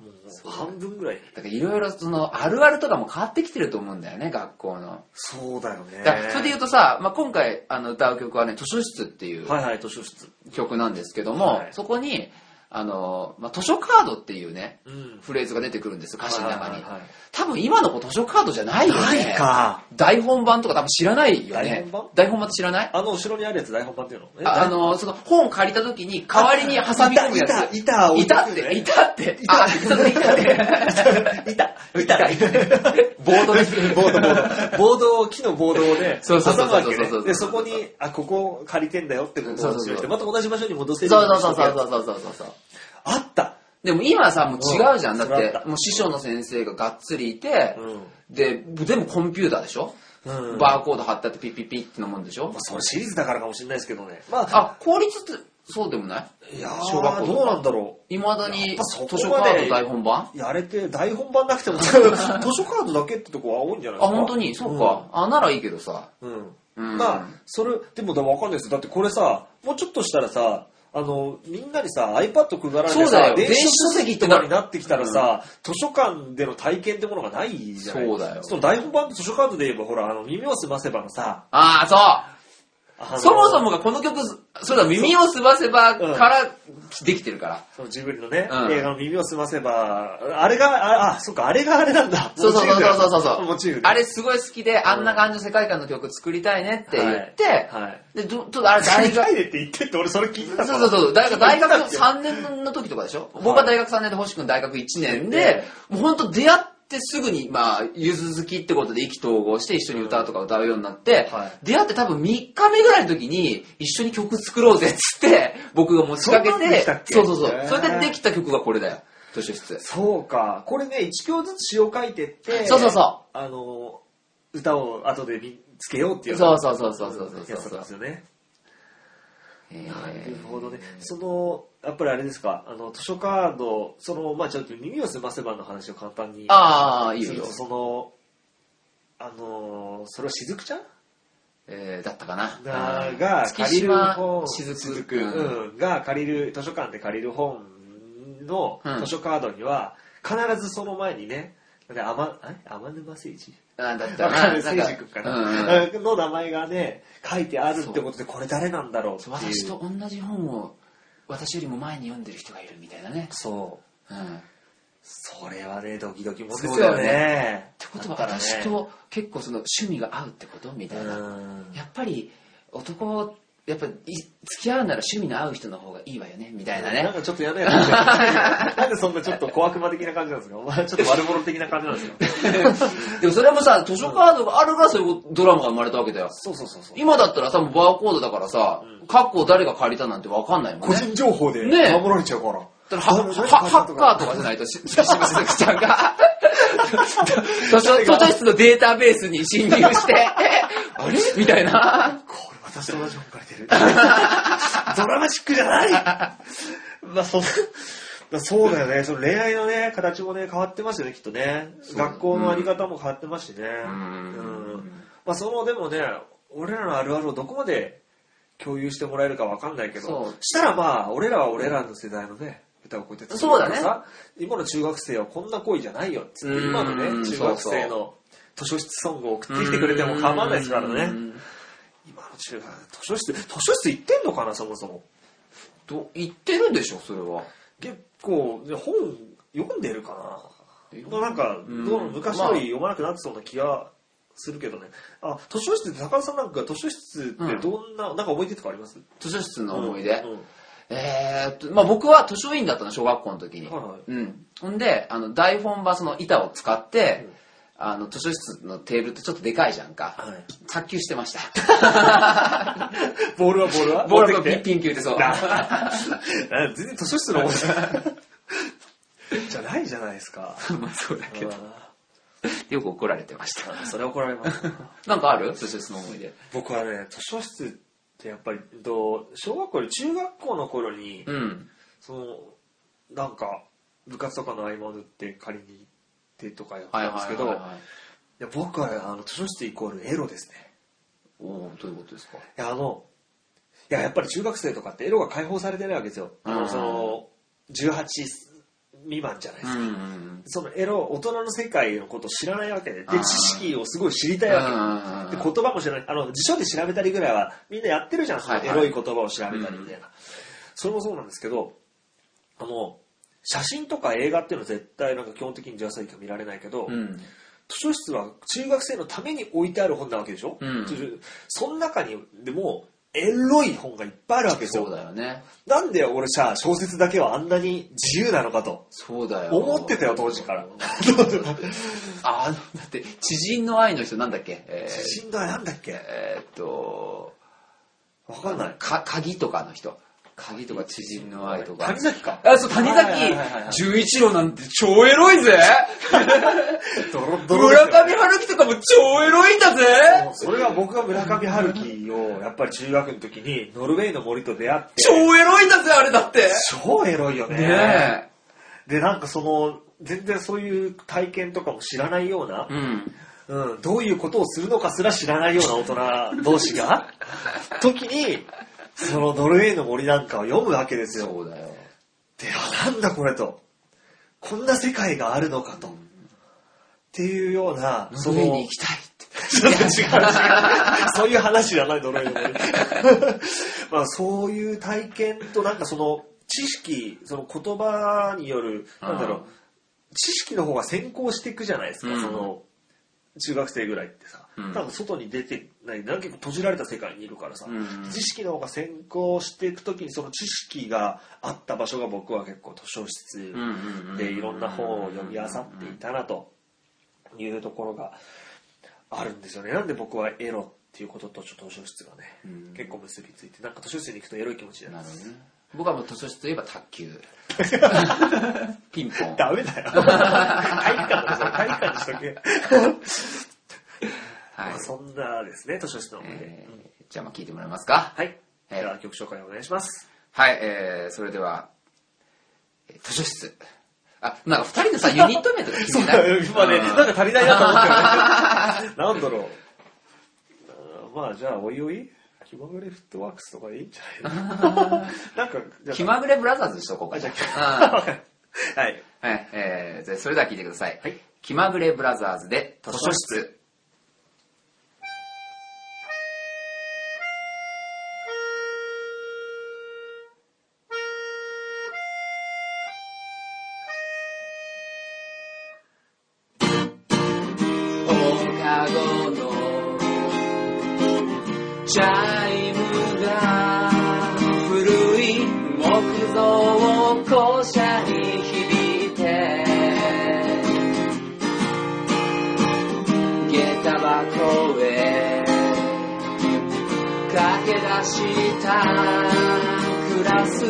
S2: もう半分ぐらい
S1: だからいろいろその、あるあるとかも変わってきてると思うんだよね、学校の。
S2: そうだよね
S1: だからそれで言うとさ、まあ、今回あの歌う曲はね、図書室っていう
S2: はいはい図書室
S1: 曲なんですけども、
S2: はい
S1: そこに、あの、まあ、図書カードっていうね、
S2: うん
S1: フレーズが出てくるんですよ、歌詞の中に。
S2: はいはいはい
S1: 多分今の子図書カードじゃないよね。
S2: ないか
S1: 台本版とか多分知らないよね
S2: 台本版。
S1: 台本版って知らない
S2: あの後ろにあるやつ台本版っていうのえ
S1: ああの、その本借りた時に代わりに挟み込むやつ。
S2: いたいた
S1: いたって、いたって。あ、いたって、いたって。
S2: いたいたいた
S1: ボードで。
S2: ボードボードボードを木のボードをね
S1: そうそうそう
S2: 挟むわけね
S1: そうそうそう
S2: でそこにあここ借りてんだよってことを示
S1: そ
S2: し
S1: うそう
S2: て
S1: そう
S2: また同じ場所に戻せる
S1: そ
S2: よ
S1: う
S2: に
S1: そう
S2: しとけ
S1: そうそうそうそうそう。
S2: あった
S1: でも今はさ、もう違うじゃ。
S2: うんん
S1: だっ
S2: それあってた、
S1: もう師匠の先生ががっつりいて、で、全部コンピューターでしょ、
S2: うん
S1: バーコード貼ってあってピッピッピッってのもんでしょ、
S2: まあそのシリーズだからかもしれないですけどねまあ
S1: あ、効率って、そうでもない
S2: いや
S1: 小学校
S2: ー、
S1: とか
S2: どうなんだろ
S1: いま
S2: や
S1: だに
S2: っぱそこ
S1: 図書カ
S2: まで
S1: ード台本版
S2: う。やれて、台本版なくて も、図書カードだけってとこは多いんじゃない
S1: あ
S2: ですか。
S1: 本当にそうか、あならいいけどさ
S2: うん。うん。
S1: うん
S2: まあ、それ、でも、でもわかんないです。だってこれさ、もうちょっとしたらさ、あの、みんなにさ、iPad 配られて
S1: そうだ
S2: さ
S1: よ、
S2: 電子書籍とか
S1: 電子書籍
S2: になってきたらさ、図書館での体験ってものがないじゃない
S1: そうだよ
S2: その台本版と図書カードで言えば、ほら、あの、耳を澄ませばのさ、
S1: ああそう
S2: あの
S1: そもそもがこの曲、そうだ、耳をすばせばからできてるから。
S2: そのジブリのね、
S1: うん
S2: 映画の耳を澄ませば、あれが、あ、あそっか、あれがあれなんだ。
S1: そうそうそうそうそうそう
S2: モチーフで。
S1: あれすごい好きで、あんな感じの世界観の曲作りたいねって言って、
S2: はい。
S1: で、ちょちょっとあれ大学
S2: 大、でって言ってって俺それ聞いてた
S1: そうそうそう、大学大学
S2: だって
S1: 3年の時とかでしょ僕は大学3年で星君大学1年で、もうほんと出会ってすぐに、まあ、ゆず好きってことで意気投合して一緒に歌うとか歌うようになって、
S2: はい
S1: 出会って多分3日目ぐらいの時に一緒に曲作ろうぜっつ って、僕が持ちかけ
S2: そんなんで
S1: て
S2: したっ、け
S1: そうそうそう、
S2: へー
S1: それでできた曲がこれだよ、図書室。
S2: そうか。これね、1行ずつ詩を書いてって、。
S1: そうそうそう
S2: あの、歌を後で見つけようっていう。
S1: そうそうそうそうそうそうそう
S2: やつなんですよね。
S1: へ
S2: な
S1: ー
S2: るほどね。その、やっぱりあれですか、あの、図書カード、その、まあちょっと耳を澄ませばの話を簡単に。
S1: ああ、いい
S2: す
S1: よいい
S2: る
S1: よ
S2: と、。その、あの、それはしずくちゃん
S1: えー、だったかな。
S2: がが
S1: 月
S2: 借りる
S1: 島
S2: 本
S1: 雫くん。
S2: うん、が借りる図書館で借りる本の
S1: うん
S2: 図書カードには必ずその前にねで天あれ天沼誠治
S1: あだった
S2: 天沼
S1: よな。な
S2: 誠治
S1: ん
S2: 君か
S1: うんうん
S2: な、の名前がね書いてあるってことでこれ誰なんだろうっていう
S1: 私と同じ本を、私よりも前に読んでる人がいるみたいなね。
S2: そう
S1: うん。っ
S2: それはねドキドキもんです
S1: そうだ
S2: よ
S1: よ
S2: ね
S1: てことは、
S2: だったらね
S1: 私と結構その趣味が合うってことみ
S2: う
S1: たいな。
S2: ん
S1: やっぱり、男、やっぱりい付き合うなら趣味の合う人の方がいいわよね、みたいな
S2: なん
S1: ね。
S2: かちょっと嫌なやつですね なんでそんなちょっと小悪魔的な感じなんですかお前ちょっと悪者的な感じなんですよ
S1: でもそれもさ、図書カードがあるからそういうドラマが生まれたわけだよ。
S2: そうそうそうそう
S1: 今だったらさ、もうバーコードだからさ、過去を誰が借りたなんてわかんないもん
S2: 個
S1: ね。
S2: 人情報で守
S1: ね
S2: られちゃうから。
S1: だからははハッカーとかじゃないと、ししししずきちゃ んが、図書図書室のデータベースに侵入 して、あれみたいな。
S2: これ私と同じ本書いてる。 ドラマチックじゃないまあそう、まあそうだよね。その恋愛のね、形もね、変わってますよね、きっとね。学校のあり方も変わってますしね。
S1: ん
S2: うんまあその、でもね、俺らのあるあるをどこまで共有してもらえるかわかんないけ
S1: そ
S2: ど
S1: う、
S2: したらまあ、俺らは俺らの世代のね、歌をこうやって
S1: そうだね
S2: さ今の中学生はこんな恋じゃないよっつって、
S1: うん
S2: 今のね、中学
S1: そうそ
S2: 生
S1: う
S2: の図書室ソングを送ってきてくれても構わないですからね。今の中学図書室図書室行ってんのかなそもそも
S1: と言ってるでしょ、それは。
S2: 結構で本読んでるかなまあなんかどう
S1: うん
S2: なの昔より読まなくなってそうな気がするけどねあ図書室って高田さんなんか図書室ってどんな、なんか思い出とかあります
S1: 図書室の思い出。
S2: うんうん
S1: えーっと、まあ僕は図書委員だったの、小学校の時に。
S2: はいはい
S1: うん。ほんで、あの、台本はその板を使って、あの、図書室のテーブルってちょっとでかいじゃんか。
S2: はい
S1: 卓球してました。
S2: ボールはボールは
S1: ボールの
S2: 持
S1: ピ
S2: って
S1: ンピン球ってそう。
S2: きてあ全然図書室の思い出じゃないじゃないですか
S1: まあそうだけど。よく怒られてました。
S2: うんそれ怒られます
S1: なんかある図書室の思い出。
S2: 僕はね図書室ってやっぱりと小学校より中学校の頃に、
S1: うん。
S2: そのなんか部活とかの合間を縫って借りに行ってとかやっ
S1: はい
S2: たんで
S1: は
S2: す
S1: い
S2: け
S1: は
S2: ど
S1: い、はい
S2: や僕はあの図書室イコールエロですね
S1: い。おおーどういうことですか
S2: いやあのいややっぱり中学生とかってエロが解放されてないわけですよ、あ
S1: う
S2: の
S1: ん
S2: その18未満じゃないですか、
S1: ん。
S2: そのエロ大人の世界のことを知らないわけでで
S1: うん
S2: 知識をすごい知りたいわけ、で言葉も知らないあの辞書で調べたりぐらいはみんなやってるじゃん、その
S1: はいはい
S2: エロい言葉を調べたりみたいな、それもそうなんですけどあの写真とか映画っていうのは絶対なんか基本的に18歳以下見られないけど、
S1: うん。
S2: 図書室は中学生のために置いてある本なわけでしょ、
S1: うん
S2: 図書その中にでもエロい本がいっぱいあるわけです
S1: そう
S2: よ
S1: だよね。
S2: なんで俺さ小説だけはあんなに自由なのかと
S1: そうだよ。
S2: 思ってたよ当時から
S1: あ、あのだって、知人の愛の人なんだっけえ
S2: 写
S1: ー
S2: 真がなんだっけ
S1: えーっと、
S2: わかんない
S1: か、鍵とかの人。鍵とか知人の愛とか。
S2: 谷崎か
S1: あ、そう、谷
S2: はい
S1: 崎
S2: はいはいはい
S1: 十一郎なんて超エロ いぜ
S2: ドロッドロです
S1: 村
S2: よ
S1: 上春樹とかも超エロいんだぜ
S2: それが僕が村上春樹ーを、やっぱり中学の時に、ノルウェーの森と出会って、
S1: 超エロいんだぜ、あれだって。
S2: 超エロいよね。
S1: ね
S2: で、なんかその、全然そういう体験とかも知らないような
S1: え。う、ん。
S2: うん、どういうことをするのかすら知らないような大人同士が、時に、そのノルウェーの森なんかを読むわけですよ。
S1: そうだよ。
S2: で、あ、なんだこれと。こんな世界があるのかと。っていうような、そ
S1: それ
S2: の、
S1: に行きたいって。
S2: ちょっと違う違う。そういう話じゃない、ドロイドの。 まあ、そういう体験と、なんかその、知識、その言葉による、なんだろ
S1: う
S2: う、知識の方が先行していくじゃないですか、
S1: うん
S2: その、中学生ぐらいってさ、
S1: うん
S2: 多分外に出てない、なんか結構閉じられた世界にいるからさ、
S1: うん
S2: 知識の方が先行していくときに、その知識があった場所が僕は結構図書室、でいろんな本を読み漁っていたなというところがあるんですよねなんで僕はエロっていうこととちょっと図書室がね、
S1: うん
S2: 結構結びついてなんか図書室に行くとエロい気持ちにな
S1: な
S2: る
S1: るほどね。僕はもう図書室といえば卓 球。ピンポン。
S2: ダメだよ体育館だぞ体育館にしとけ、
S1: はい
S2: まあ。そんなですね図書室の思い出、
S1: え
S2: うん
S1: ーじゃあまあ聞いてもらえますか。
S2: はい
S1: え
S2: で
S1: ー
S2: は曲紹介お願いします
S1: はい、えー、それでは、えー図書室。あ、なんか二人のさ、ユニット名とか聞いてない
S2: 今ね
S1: うん
S2: なんか足りないなと思った よねなんだろうあーまあじゃあおいおい気まぐれフットワークスとかでいいんじゃない のなんかじゃあ
S1: 気まぐれブラザーズにしとこうかじゃ あ。うん
S2: はい。
S1: はい、えーじゃあそれでは聞いてください。
S2: はい
S1: 気まぐれブラザーズで図書室。放課後のチャイムが古い木造校舎に響いて下駄箱へ駆け出したクラス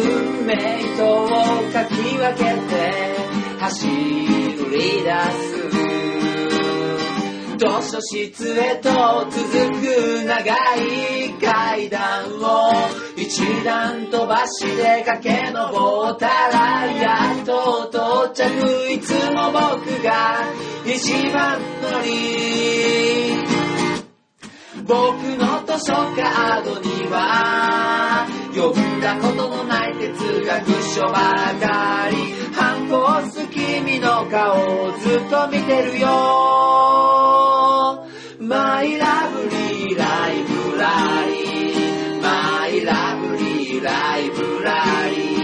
S1: メイトをかき分けて走り出す図書室へと続く長い階段を一段飛ばして駆け上ったらやっと到着いつも僕が一番乗り僕の図書カードには読んだことのない哲学書ばかり反抗す君の顔をずっと見てるよマイラブリーライブラリーマイラブリーライブラリー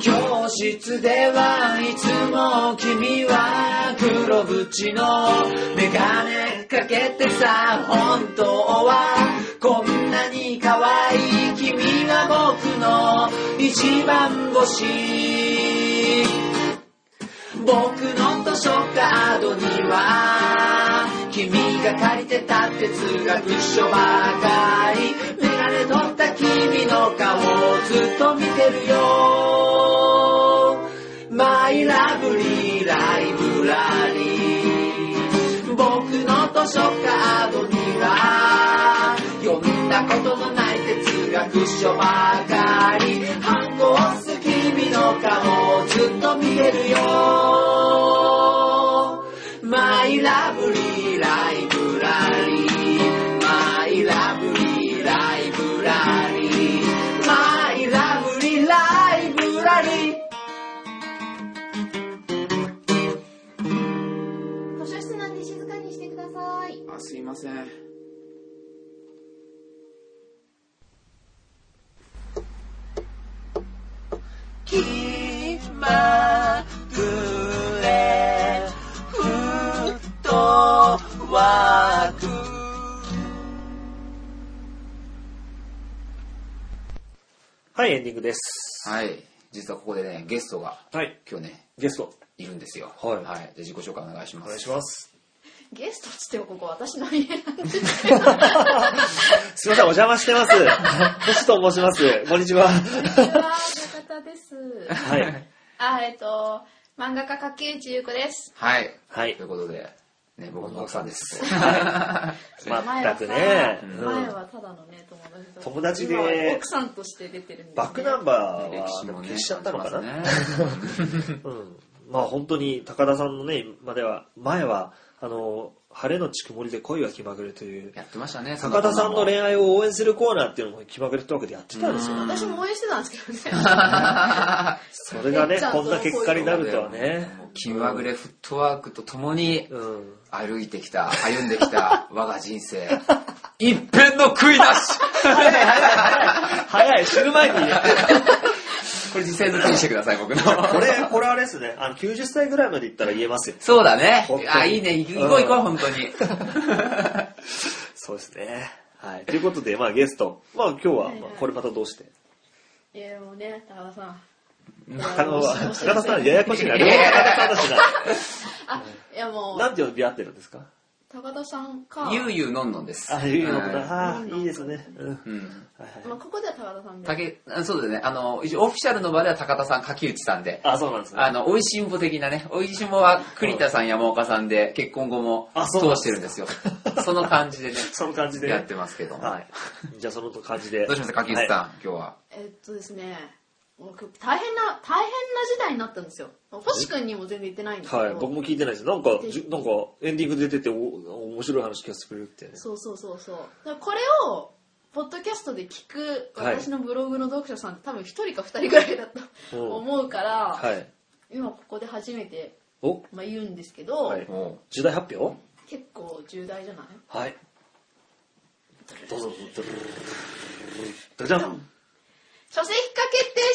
S1: 教室ではいつも君は黒縁のメガネかけてさ本当はこんなに可愛い君が僕の一番星僕の図書カードには君が借りてた哲学書ばかりメガネ取った君の顔をずっと見てるよマイラブリーライブラリー僕の図書カードには読んだことのない哲学書ばかり反抗す君の顔をずっと見てるよマイラブリーライブラリーマイラブリーライブラリーマイラブリーライブラリー
S5: 図書室なんで静かにしてください。
S4: あ、すいません。
S3: 気まぐれフットワーク
S2: はい、エンディングです。
S1: はい実はここでねゲストが
S2: はい。
S1: 今日ね
S2: ゲスト。
S1: いるんですよ。
S2: はい
S1: で自己紹介お願いしま
S2: お願い
S1: す。
S2: します
S5: ゲストとしてはここ私の家なんです
S2: すいませんお邪魔してます星と申しますこんにちは
S5: が中田です
S2: はい
S5: あえっと漫画家竹内優子です
S1: はい。
S2: はい
S1: ということで、ね、僕の奥さんです。
S2: 全くね、うん
S5: 前はただのね友達だった
S2: 友達で
S5: 今は奥さんとして出てるんです、ね、
S2: バックナンバー
S1: 歴
S2: は
S1: 史
S2: でも
S1: もね
S2: 消しちゃったのかな、
S1: ありますね
S2: うん、まあ本当に高田さんのねまでは前はあの晴れのち曇りで恋は気まぐれという
S1: やってましたね。
S2: 高田さんの
S1: レ
S2: 恋愛を応援するコーナーっていうのも気まぐれってわけでやってたんですよ
S1: うん
S5: 私も応援してたんですけどね
S2: それがね
S5: めっちゃ
S2: こんな結果になるとはね
S1: 気まぐれフットワークとともに
S2: うん
S1: 歩いてきた、歩んでき た我が人生。一片の悔いなし
S2: 早い死ぬ前に
S1: これ実践抜きにしてください、僕の。
S2: これこれあれですねあの90歳ぐらいまでいったら言えますよ
S1: そうだね
S2: 本当。に
S1: あ、いいね。行こう行こう、
S2: うん
S1: 本当 に。
S2: そうですねはいということでまあゲストまあ今日は
S5: はい
S2: まあこれまたどうして
S5: いやもうね高田さん
S2: 高田
S5: も
S2: は
S5: う
S2: 高田さんややこしいな両方高田さんだし
S5: あいやも
S2: なな
S5: う
S2: んて呼び合ってるんですか
S5: 高田さんか、
S1: ゆうゆうのんのんです。
S2: あいうの
S1: はい
S2: だあーいいですねうん
S1: うん
S2: はいはい
S5: まあ、ここでは高田さんで
S1: 竹あそうだね。あの、一応オフィシャルの場では高田さん、柿内さんで。
S2: あそうなんですね
S1: あの、美味しんぼ的なね、美味しんぼは栗田さん、山岡さんで結婚後も
S2: あ
S1: 通
S2: そうなんですか
S1: してるんですよ。 その感じでね、
S2: その感じで
S1: やってますけども。
S2: はいじゃあその感じで
S1: どうします柿内さん、今日は。
S5: えっとですね僕大変な大変な時代になったんですよ星君にも全然言ってないんですけど、
S2: はい、僕も聞いてないです。なんか、じゅなんか、エンディングで出てて、お面白い話聞かせてくれるってね。
S5: そうそうそうそうだからこれをポッドキャストで聞く
S2: はい
S5: 私のブログの読者さんって多分一人か二人ぐらいだ
S2: う
S5: と
S2: ん
S5: 思うから、
S2: はい。
S5: 今ここで初めて、
S2: お
S5: まあ、言うんですけど、
S2: はい
S1: も
S2: 重大発表
S5: 結構重大じゃない
S2: はい。どうぞ、どうぞ。じゃん
S5: 書籍化決定し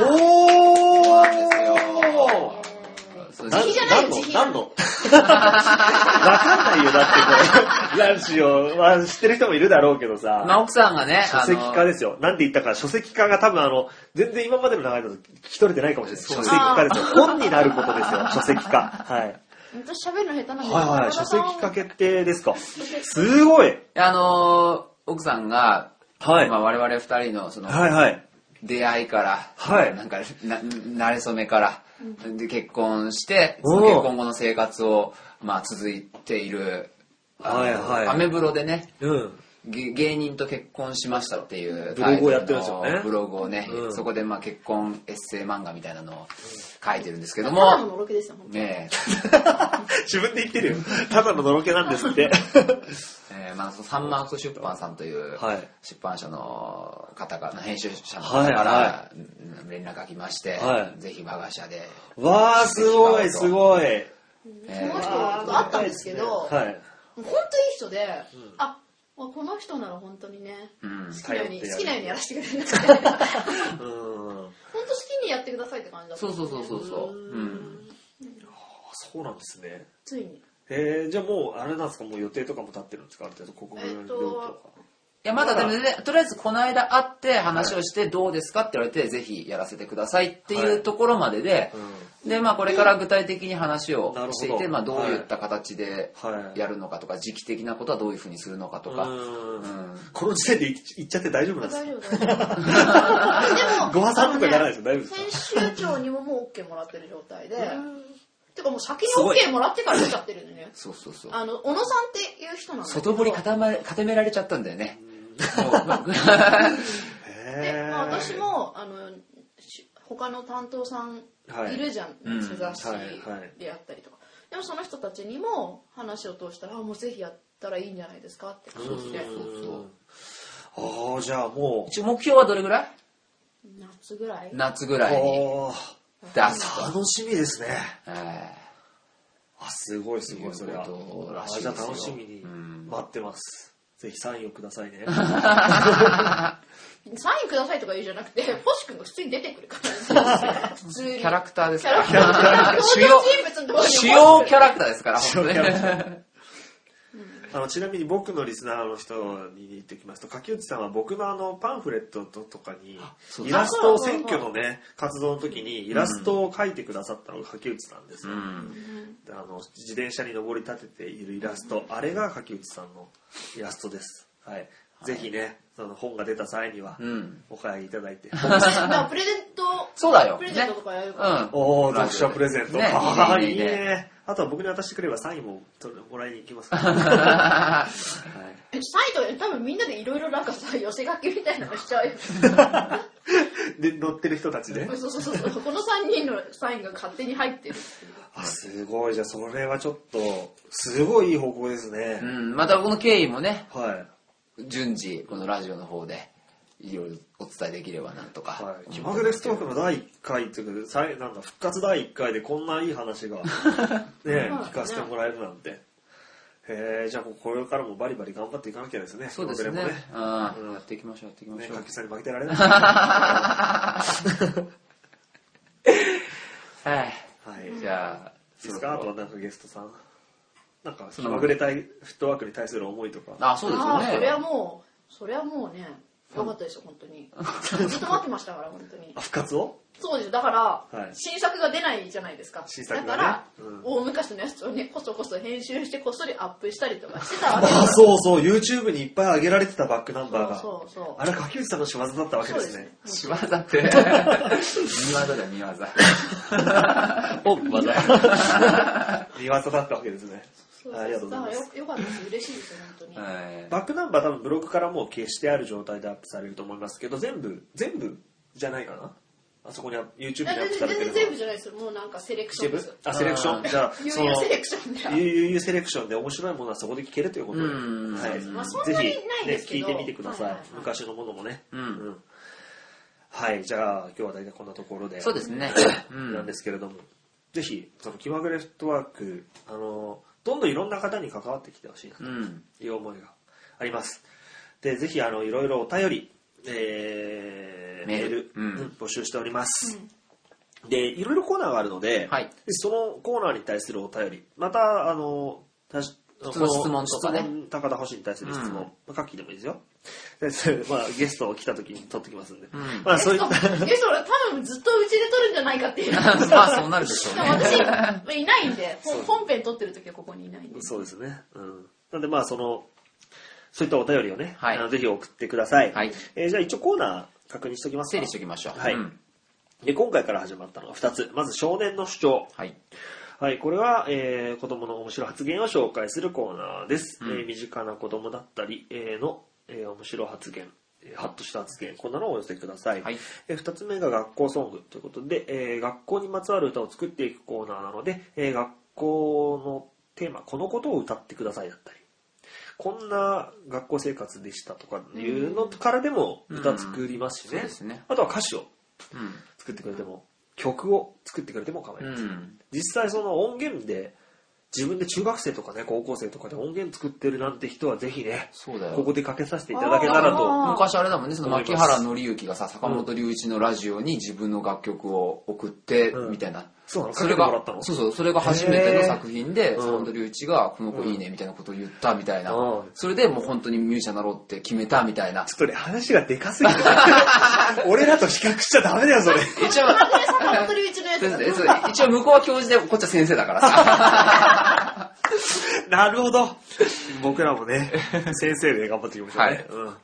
S5: ました
S2: おー
S1: うですよそう
S5: 時期じゃない
S2: の
S5: 時 期
S2: 何のわかんないよ、だってこれ。ランチを、まあ知ってる人もいるだろうけどさ。
S1: まあ、奥さんがね、
S2: 書籍化
S1: あの
S2: ですよ。なんて言ったか、書籍化が多分あの、全然今までの流れだと聞き取れてないかもしれない。
S1: そう
S2: 書
S1: です
S2: 籍化ですよ。本になることです よ、書籍化。はい。
S5: 私喋るの下手なん
S2: は
S5: です
S2: い
S5: けど
S2: はい、
S5: 高
S2: 書
S5: 田さん
S2: 籍化決定ですか。すごい
S1: あのー奥さんが、
S2: はい
S1: まあ、我々二人のその、
S2: はいはい。
S1: 出会いから、
S2: はい
S1: なんかな慣れ初めから、で結婚してそ
S2: おう
S1: の結婚後の生活を、まあ、続いているあの
S2: はいはい
S1: アメブロでね
S2: うん。
S1: げ芸人と結婚しましたっていう
S2: ブログをやってるんです
S1: タイ
S2: よ
S1: ト
S2: ね
S1: ルのブログをね、
S2: うん
S1: そこでまあ結婚エッセイ漫画みたいなのを書いてるんですけ
S5: た
S1: ど
S5: だの
S1: も、
S5: のろけですよ本当に
S1: ね
S2: 自分で言ってるよ。ただののろけなんですって。
S1: ええーまあ、そのサンマーク出版さんという
S2: はい
S1: 出版社の方から編集者の方か
S2: はい
S1: ら
S2: は
S1: うん連絡が来まして、
S2: はい
S1: ぜひ我が社で
S2: わー、すごい、すごい。
S1: え
S5: この人
S1: ー
S5: と会ったんですけど、
S2: はい。
S5: もう本当いい人で、ああこの人なら本当にね、
S1: うん
S5: 好きなように
S2: 頼ってやる
S5: 好きなようにやらせてくれるんで本当好
S2: うん。
S5: きにやってくださいって感じだった
S1: そ
S5: ん
S1: う
S5: です
S1: そ
S5: ね、
S1: うそうそうそう。うん。
S2: あそうなんですね。
S5: ついに
S2: えー、じゃあもう、あれなんですか、もう予定とかも立ってるんですか、ある程度、ここ
S5: えーと
S1: いや、まだでも全然、とりあえずこの間会って話をしてどうですかって言われて、ぜひやらせてくださいってい
S2: は
S1: う
S2: い
S1: ところまでで、
S2: う
S1: で、まあこれから具体的に話を
S2: なるほど
S1: していて、まあどういった形で
S2: ん。はい。
S1: やるのかとか、時期的なことはどういうふうにするのかとか。
S2: うん
S1: うん
S2: この時点でいっちゃって大丈夫なんです
S5: 大
S2: か
S5: 丈夫大丈夫でも
S2: ご破産とかならないですよ大丈夫です
S5: す編集長にももう OK もらってる状態でてかもう先に
S2: すごい
S5: OK もらってから出ちゃってるんでね
S1: そうそうそう。
S5: あの小野さんっていう人なんですけど
S1: 外堀固め固められちゃったんだよね。もうまあ
S5: で、
S2: へー
S5: まあ、私もあのし他の担当さん
S2: はい
S5: いるじゃん、
S1: うん
S5: 雑誌
S2: はいはい
S5: であったりとか、でもその人たちにも話を通したらあもうぜひやったらいいんじゃないですかって感じで
S2: ああじゃあも
S1: 一応目標はどれぐらい
S5: 夏ぐらい
S1: 夏ぐ
S2: う
S1: らいに
S2: あ
S1: 出す
S2: あ
S1: と。
S2: 楽しみですね
S1: えー
S2: あすごいすごいそれは
S1: ということら
S2: あ
S1: しい
S2: じ
S1: で
S2: ゃ
S1: す
S2: あ
S1: よ
S2: 楽しみに
S1: うん
S2: 待ってますぜひサインをください ね
S5: サインくださいとか言うじゃなくてポシ君が普通に出てくるから普通に
S1: キャラクターです
S5: キャ
S1: から
S5: ラクター
S1: 主要
S5: 登場人物のところに
S1: 主要キャラクターですから、本当に。
S2: あのちなみに僕のリスナーの人に言っておきますと柿内さんは僕のあのパンフレットとかに
S1: そう
S2: イ
S1: だ
S2: ラストを選挙のね活動の時にイラストを描いてくださったのが柿内さんです
S1: う
S2: よ、
S1: ん
S2: あの自転車に登り立てているイラストあれが柿内さんのイラストです、はい、ぜひねその本が出た際には
S1: うん
S2: お買いいただいて、
S5: だからプレゼント、
S1: そうだよ
S5: プレゼントとかやるから。
S1: うん
S2: おお読者プレゼント、
S1: ね
S2: ああ
S1: い
S2: い
S1: い
S2: い
S1: ね
S2: ね
S1: いいね
S2: あとは僕に渡してくればサインも取るもらいに行きますから、はい、
S5: えサイトで多分みんなでいろいろなんかさ、寄せ書きみたいなのしちゃうよ。
S2: で乗ってる人たちね
S5: そうそうそうそう。この3人のサインが勝手に入ってる。
S2: あすごいじゃあそれはちょっとすごいいい方向ですね
S1: う、んまたこの経緯もね
S2: はい
S1: 順次このラジオの方でいろいろお伝えできればなとか、
S2: はい、気まぐれストークの第1回というかさいなんか復活第1回でこんないい話 が、ね、聞かせてもらえるなんてへえじゃあもうこれからもバリバリ頑張っていかなきゃですね
S1: そうです
S2: 気ま
S1: ね
S2: ぐれ
S1: うん
S2: うん
S1: やっていきましょうやっていき
S2: も
S1: ま
S2: ねね
S1: しょう、
S2: かけさんに負けてられ ないは
S1: はい
S2: い
S1: じゃあ
S2: いいですかあとはなんかゲストさんなんか気まぐれたいフットワークに対する思いとか
S1: あそうですよ
S5: ああ、それは
S1: ね
S5: もう、それはもうね、よかったですよ、本当に。ずっと待ってましたから、本当に
S2: あ。復活を
S5: そうですよだから、
S2: はい
S5: 新作が出ないじゃないですか。
S2: 新作がね
S5: だから、
S2: うん
S5: 大昔のやつをね、こそこそ編集して、こっそりアップしたりとかしてたわ けです
S2: あ そうそう YouTube にいっぱい上げられてたバックナンバーが
S5: そうそうそう
S2: あれ柿内さんの仕業だったわけ
S5: そう
S2: で
S5: ですすね
S2: ね。
S1: 仕業っ て見業だ見業
S2: お技見技だったわけですね
S5: そう
S2: ありがとうございます
S5: だからよよかったです。嬉しいですよ、本当に。
S1: はい
S2: バックナンバー多分ブログからもう消してある状態でアップされると思いますけど全部全部じゃないかなあそこにアップ YouTube にアップさ
S5: 全
S2: れてる
S5: 然
S2: の
S5: 全部じゃないですよ。もうなんかセレクショ
S2: 一
S5: ンで
S2: 部
S5: すよ。
S2: あセレクションじゃあ
S5: い
S2: そ
S5: よい
S2: の
S5: よセレクションで。
S2: ゆゆゆセレクションで面白いものはそこで聞けるということで、
S1: うん
S2: はい
S5: まあそんなにないですけ
S2: ぜひね、
S5: ど
S2: 聞いてみてください、
S5: はいはいはい
S2: 昔のものもね、
S1: うん
S2: はいじゃあ今日は大体こんなところで
S1: そうで すねうん
S2: なんですけれども、ぜひその気まぐれフットワークあのどんどんいろんな方に関わってきてほしいなと
S1: うん
S2: いう思いがありますでぜひあのいろいろお便り、えー
S1: メ
S2: メ
S1: ー
S2: ー
S1: ル
S2: ル、
S1: うん
S2: うん募集しております、でいろいろコーナーがあるので、
S1: はい
S2: そのコーナーに対するお便りまたあのたし
S1: 質問とかね
S2: 質問高田星に対する質問、まあ、書きでもいいですよでそれまあ、ゲストを来た時に取ってきますんで、
S1: ん
S2: まあ、そうい
S5: え
S2: っ
S5: そ
S2: た
S5: うえそれ多分ずっとうちで撮るんじゃないかっていう。でも
S1: まあそうなるでしょうね
S5: 私、いないんで、ほん本編撮ってる時はここにいないんで。
S2: そうですね。うん。なんでまあその、そういったお便りをね、
S1: はい
S2: あのぜひ送ってください。
S1: はい
S2: えーじゃあ一応コーナー確認しておきますか
S1: 整理しておきましょう
S2: はい
S1: うん
S2: で、今回から始まったのが2つ。まず少年の主張。
S1: はい
S2: はい、これは、えー子供の面白い発言を紹介するコーナーです。えー身近な子供だったり、えーの、えー面白い発言、えーハッとした発言、こんなのをお寄せください。
S1: はい
S2: えー二つ目が学校ソングということで、えー学校にまつわる歌を作っていくコーナーなので、えー学校のテーマ、このことを歌ってくださいだったり、こんな学校生活でしたとかいうのからでも歌作りますし
S1: うんそう
S2: ね
S1: ですね。
S2: あとは歌詞を
S1: うん
S2: 作ってくれても、曲を作ってくれても構いません。
S1: うん
S2: 実際その音源で自分で中学生とかね高校生とかで音源作ってるなんて人はぜひね
S1: そうだよ
S2: ここでかけさせていただけたらと
S5: あ
S1: 昔あれだもんねその
S2: 思い
S1: 牧
S2: ます
S1: 原紀之がさ坂本龍一のラジオに自分の楽曲を送って
S2: うん
S1: みたいな
S2: そうなの
S1: それ
S2: かけてもら
S1: が
S2: ったの
S1: そうそうそれが初めての
S2: へー
S1: 作品で
S2: うん
S1: 坂本龍一が「この子いいね」みたいなことを言ったみたいな
S2: うん
S1: それでもう本当にミュージシャンになろうって決めたみたいな
S2: ちょっとね話がでか すぎて俺らと比較しちゃダメだよそれ
S1: 一応
S5: あ、これ坂本龍一のや
S1: そう
S5: つ
S1: ですね
S5: だ
S1: そうです一応向こうは教授でこっちは先生だからさ
S2: なるほど僕らもね先生で頑張っていきましょうね、
S1: はい
S2: うん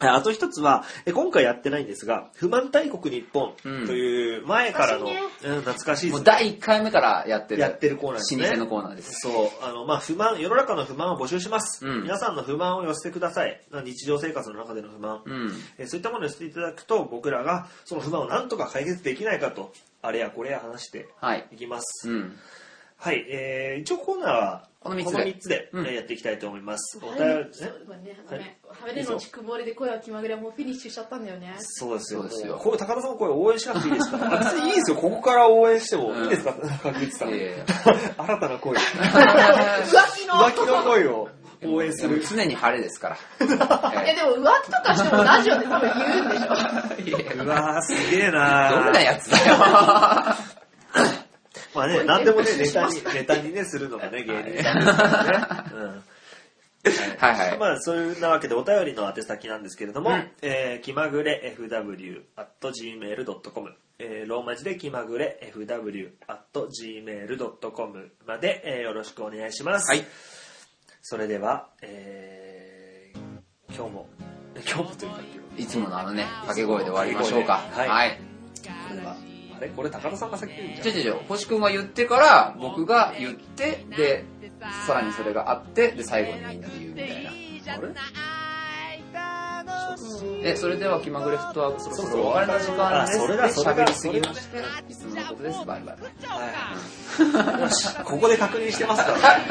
S2: あと一つは、え今回やってないんですが、不満大国日本という前からの、
S5: 懐か
S2: うん懐かしいで
S1: も
S2: す
S1: う
S2: ね
S1: 第1回目からやってる
S2: やってるコーナーですね
S1: 老舗のコーナーです
S2: そう、あの、まあ、不満、世の中の不満を募集します。
S1: うん
S2: 皆さんの不満を寄せてください。日常生活の中での不満、
S1: うん
S2: えーそういったものを寄せていただくと、僕らがその不満をなんとか解決できないかと、あれやこれや話して
S1: はい
S2: いきます。
S1: うん
S2: はい、えー、一応コーナーは、
S1: この三つで
S2: この三つで、
S1: うん
S2: えーやっていきたいと思います。お
S5: ご
S2: 便
S5: め
S2: り
S5: んね、
S2: ね
S5: ごめんハメでのち曇りで声は気まぐれはもうフィニッシュしちゃったんだよね。
S2: そうですよ。
S1: そうですよ
S2: もうこれ高田さんの声応援しなくていいです か別にいいですよ。ここから応援しても
S1: うん
S2: いいですか、確実さん。
S1: いやいや
S2: 新たな声。
S5: 浮気の。
S2: 浮気の声を応援す
S1: でも
S2: る。
S1: 常に晴れですから
S5: いやでも浮気とかしてもラジオで多分言うんでしょ。
S1: いや
S2: うわー、すげえなー
S1: どんなやつだ よ
S2: まあね、なんでもね、ネタに、ネタにね、するのがね、芸人さんですからね。うん
S1: はいはい
S2: まあ、そういうなわけでお便りの宛先なんですけれども、
S1: うん
S2: えー気まぐれ fw.gmail.com、えーローマ字で気まぐれ fw.gmail.com まで、えーよろしくお願いします。
S1: はい。
S2: それでは、えー今日も、 今日もというか、
S1: いつものあのね、掛け声で終わりましょうか。
S2: 掛け声で
S1: はい。
S2: これは、あれこれ高田さんが先に言うんじゃん
S1: ちょいちょいちょい、星くんが言ってから、僕が言って、で、さらにそれがあって、で、最後にみんなで言うみたいな。え、それでは気まぐれフットワークそろそろお別れの時間です。
S2: あそれだそれだ
S1: で喋りすぎまして、いつものことです。バイバイ。
S2: ここで確認してます から、ね、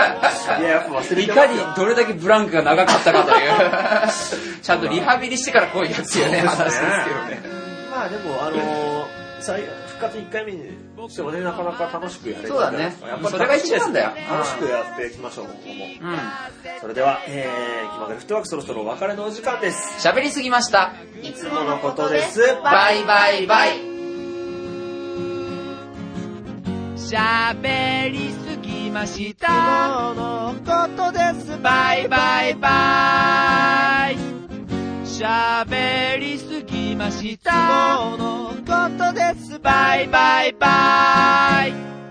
S2: いや、やっぱ忘れ
S1: い
S2: てま
S1: か
S2: す
S1: に
S2: よ。
S1: どれだけブランクが長かったかと いう。ちゃんとリハビリしてからこういうやつよね、
S2: そうで
S1: 話ですす
S2: ね
S1: けどね。
S2: まあでも、あのー、再復活1回目にしてもね、なかなか楽しくやれる
S1: そうだね
S2: やっぱり
S1: それが一番だよ
S2: 楽しくやっていきましょう、ここも。
S1: うん。
S2: それでは、えー、気まぐれフットワークそろそろお別れのお時間です。
S1: 喋りすぎました。
S5: いつものことです。
S1: バイバイバイ。
S3: しゃべりすぎましたのことですバイバイバイしゃべりすぎましたのことですバイバイバイ